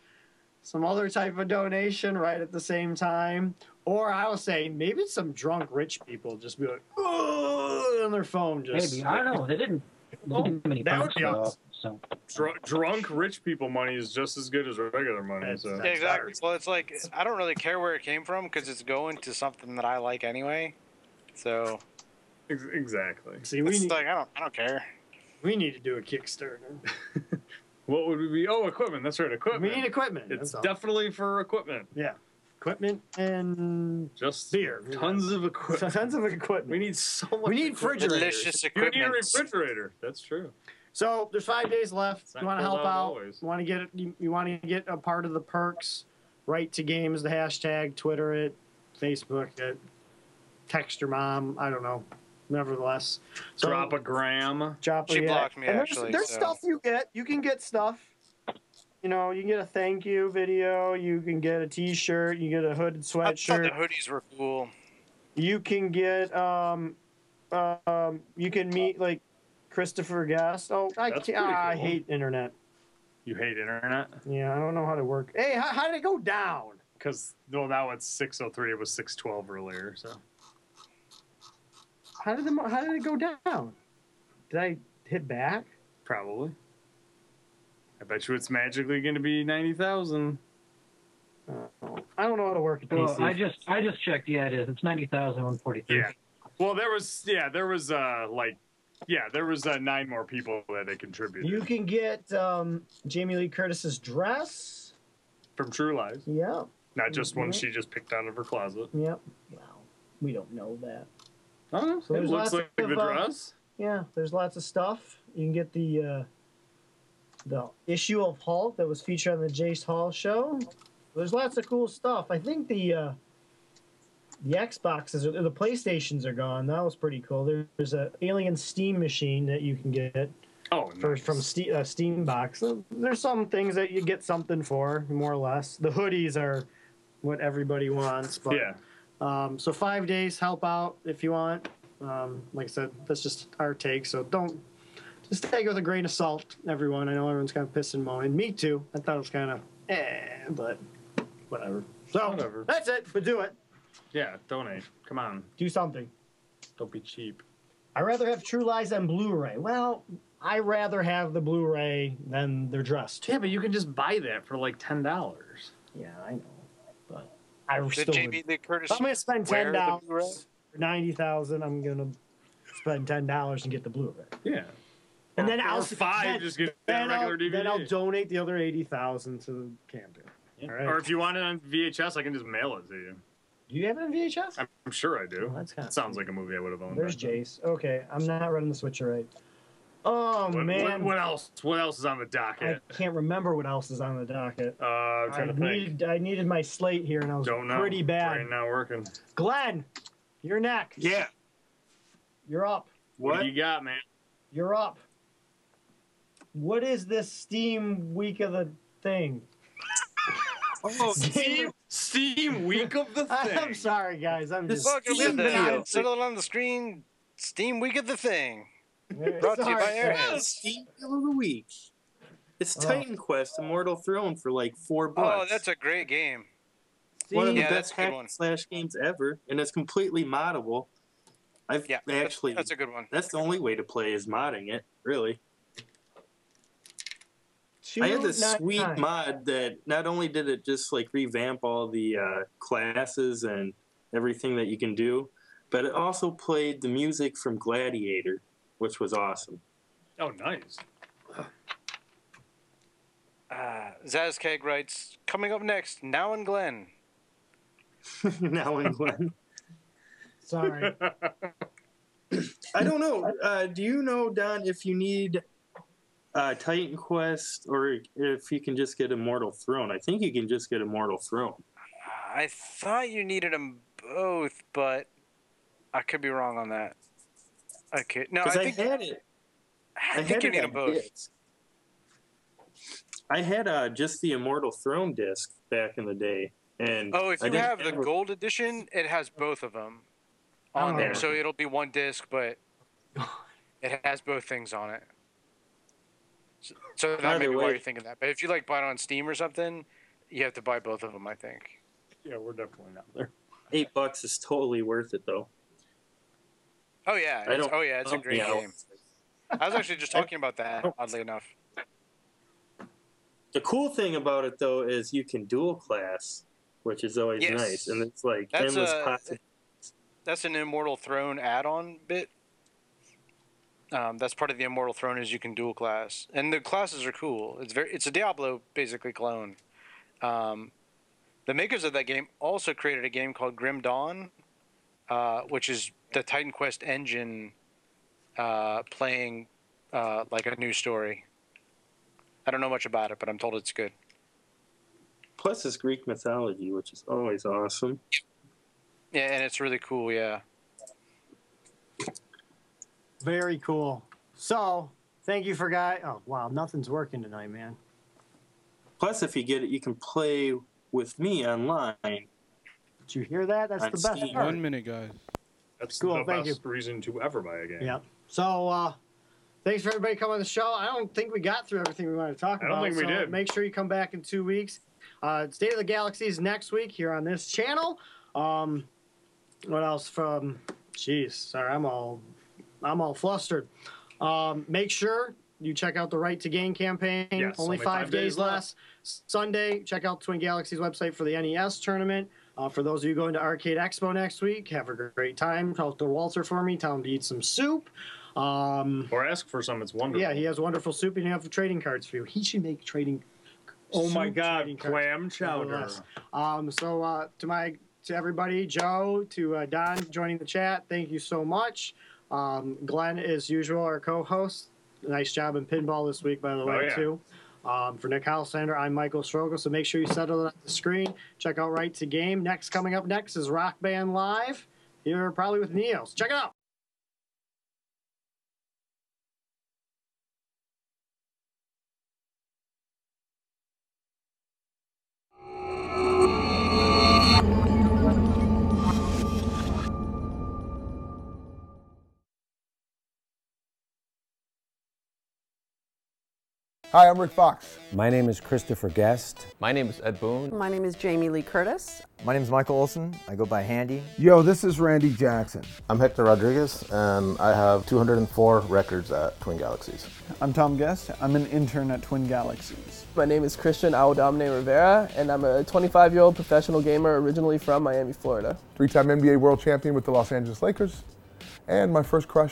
some other type of donation right at the same time. Or I will say maybe it's some drunk rich people just be like, oh, on their phone just.
Maybe I don't know. They didn't. They didn't give any
That would
points
be
at all,
awesome.
So
Dr- drunk rich people money is just as good as regular money.
That's-
So.
Yeah, exactly. Well, it's like I don't really care where it came from because it's going to something that I like anyway. So
Ex- exactly.
See, we
it's
need,
like I don't, I don't care.
we need to do a Kickstarter.
What would we be? Oh, equipment. That's right, equipment.
We need equipment.
It's
that's all.
definitely for equipment.
yeah, equipment and
Just
Beer.
Tons of equipment.
tons of equipment.
We need so much.
We need refrigerators.
Delicious
You need a
equipment.
refrigerator. That's true.
So there's five days left.
It's
You
not
want to
cold
help
out
out?
always.
You want to get you, you want to get a part of the perks? Write to games the hashtag, Twitter it, Facebook it, text your mom. I don't know. Nevertheless, so-
Drop a gram.
drop.
She
yeah.
blocked me,
And there's,
actually,
There's
so-
stuff you get. You can get stuff. You know, you can get a thank you video. You can get a T-shirt. You get a hooded
I thought the
sweatshirt.
hoodies were cool.
You can get um, um, you can meet like Christopher Guest. Oh, I
That's
can't,
pretty
I
cool.
hate internet.
You hate internet
Yeah, I don't know how to work. Hey, how, how did it go down?
because well now it's six oh three. It was six twelve earlier. So
How did the mo- how did it go down? Did I hit back?
probably. I bet you it's magically going to be ninety thousand.
I don't know how to work a
Well,
PC.
I just I just checked. Yeah, it is. It's ninety thousand one forty three.
Yeah. Well, there was yeah, there was uh like yeah, there was uh, nine more people that they contributed
You can get um, Jamie Lee Curtis's dress.
from True Lies,
Yeah.
not just one
Mhm.
she just picked out of her closet.
Yep. Well, we don't know that.
Oh,
So
it
there's lots
looks like
of,
the
uh,
dress.
Yeah, there's lots of stuff. You can get the uh, the issue of Hulk that was featured on the Jace Hall show. There's lots of cool stuff. I think the uh, the Xboxes or the PlayStations are gone. That was pretty cool. There's a alien Steam machine that you can get
Oh,
for,
nice.
from Steam, uh, Steam Box. There's some things that you get something for, more or less. The hoodies are what everybody wants. But,
yeah,
Um, so five days, help out if you want. Um, like I said, that's just our take. So don't just take it with a grain of salt, everyone. I know everyone's kind of pissed and moaning. Me too. I thought it was kind of eh, but whatever. So
Whatever.
that's it. But do it.
yeah. Donate. Come on,
do something.
don't be cheap.
I rather have True Lies on Blu-ray. Well, I rather have the Blu-ray than their dress too.
Yeah, but you can just buy that for like ten dollars.
Yeah, I know, but I
Did
still.
Jamie
would-
Lee Curtis?
I'm gonna spend
wear
ten
the Blu-ray?
dollars for ninety thousand. I'm gonna spend ten dollars and get the Blu-ray,
Yeah,
and then
or
I'll
five.
then-
just get
Then
that regular
I'll,
DVD.
then I'll donate the other eighty thousand to the campaign.
Yeah.
all right.
Or if you want it on VHS, I can just mail it to you.
Do you have it on VHS?
I'm, I'm sure I do.
Well, Oh, that's kinda
That sounds like a movie I would have owned.
There's
back then.
Jace. Okay, I'm not running the switcher right. Oh
What,
man,
what, what else? What else is on the
I
docket?
can't remember what else is on the docket.
Uh, I'm
I
trying to think.
needed, I needed my slate here, and I was
Don't know.
pretty bad.
Right now, working.
Glenn, you're next.
Yeah.
You're up.
What,
What?
do you got, man?
You're up. What is this Steam week of the thing?
Oh,
Steam, Steam week of the thing.
I'm sorry, guys. I'm just
Welcome to
Steam
the
video.
Settle on the Screen Steam Week of the Thing.
Sorry.
Brought to you by
Yeah,
Airheads.
Steam Deal of the Week. It's
Oh.
Titan Quest Immortal Throne for like four
Oh,
bucks.
that's a great game.
one of the
Yeah, that's
best
a good
hack
one.
and slash games ever, and it's completely moddable. I've
Yeah, that's-
actually
that's
that's,
a good one.
the only way to play is modding it. Really,
Two,
I had this
nine,
sweet
nine.
mod that not only did it just like revamp all the uh, classes and everything that you can do, but it also played the music from Gladiator, which was awesome.
Oh, nice.
Uh, Zazkeg writes, coming up next, Now and Glenn.
now and when.
Sorry.
I don't know. Uh, do you know, Don, if you need uh, Titan Quest or if you can just get Immortal Throne? I think you can just get Immortal Throne.
I thought you needed them both, but I could be wrong on that. I could. No, I
Because I,
think, I
had it. I
think
had
you
it
need them
on
both.
disc. I had uh, just the Immortal Throne disc back in the day. And
Oh, if
I
you
didn't
have the gold edition, it has both of them on
Oh.
there. So it'll be one disc, but it has both things on it. So, so that may
Either
be why
way.
you're thinking that. But if you like buy it on Steam or something, you have to buy both of them, I think.
Yeah, we're definitely not there.
Eight bucks is totally worth it, though.
Oh yeah,
I
it's,
don't-
oh yeah, it's a
help me
great
out.
game. I was actually just talking about that, oddly enough.
The cool thing about it, though, is you can dual class, which is always
Yes.
nice. And it's like
That's,
endless
uh,
possibilities.
That's an Immortal Throne add-on bit. Um, that's part of the Immortal Throne is you can dual class, and the classes are cool. It's very it's a Diablo basically clone. Um, the makers of that game also created a game called Grim Dawn, uh, which is the Titan Quest engine uh, playing uh, like a new story. I don't know much about it, but I'm told it's good.
Plus, it's Greek mythology, which is always awesome.
Yeah, and it's really cool. Yeah.
Very cool. So, thank you for guy. Oh wow, nothing's working tonight, man.
Plus, if you get it, you can play with me online.
Did you hear that? That's
On
the best
Steam.
part.
One minute, guys.
That's
Cool,
the
thank
best reason to ever buy a game.
Yeah. So, uh, thanks for everybody coming on the show. I don't think we got through everything we wanted to talk
I
about.
don't think we
so
did.
Make sure you come back in two weeks. Uh, State of the Galaxy is next week here on this channel. Um, what else from? Jeez, sorry, I'm all, I'm all flustered. Um, make sure you check out the Right to Gain campaign.
Yes,
only, five, days, left. Sunday, check out Twin Galaxies website for the NES tournament. Uh, for those of you going to Arcade Expo next week, have a great time. Talk to Walter for me. Tell him to eat some soup. Um,
Or ask for some. It's wonderful.
yeah, he has wonderful soup, and he have trading cards for you. He should make trading.
Oh my
soup
God,
trading cards.
clam chowder.
Nonetheless. Um, so uh, to my to everybody, Joe, to uh, Don joining the chat, thank you so much. Um, Glenn, as usual, our co-host. Nice job in pinball this week, by the way,
yeah.
too. Um, for Nick Halander, I'm Michael Strogel. So make sure you settle it on the screen. Check out Right to Game. Next coming up next is Rock Band Live. Here probably with Neos. Check it out.
Hi, I'm Rick Fox.
My name is Christopher Guest.
My name is Ed Boone.
My name is Jamie Lee Curtis.
My name's Michael Olson. I go by Handy.
Yo, this is Randy Jackson.
I'm Hector Rodriguez, and I have 204 records at Twin Galaxies.
I'm Tom Guest. I'm an intern at Twin Galaxies.
My name is Christian Aoudamne Rivera, and I'm a 25 year old professional gamer originally from Miami, Florida.
Three time NBA world champion with the Los Angeles Lakers. And my first crush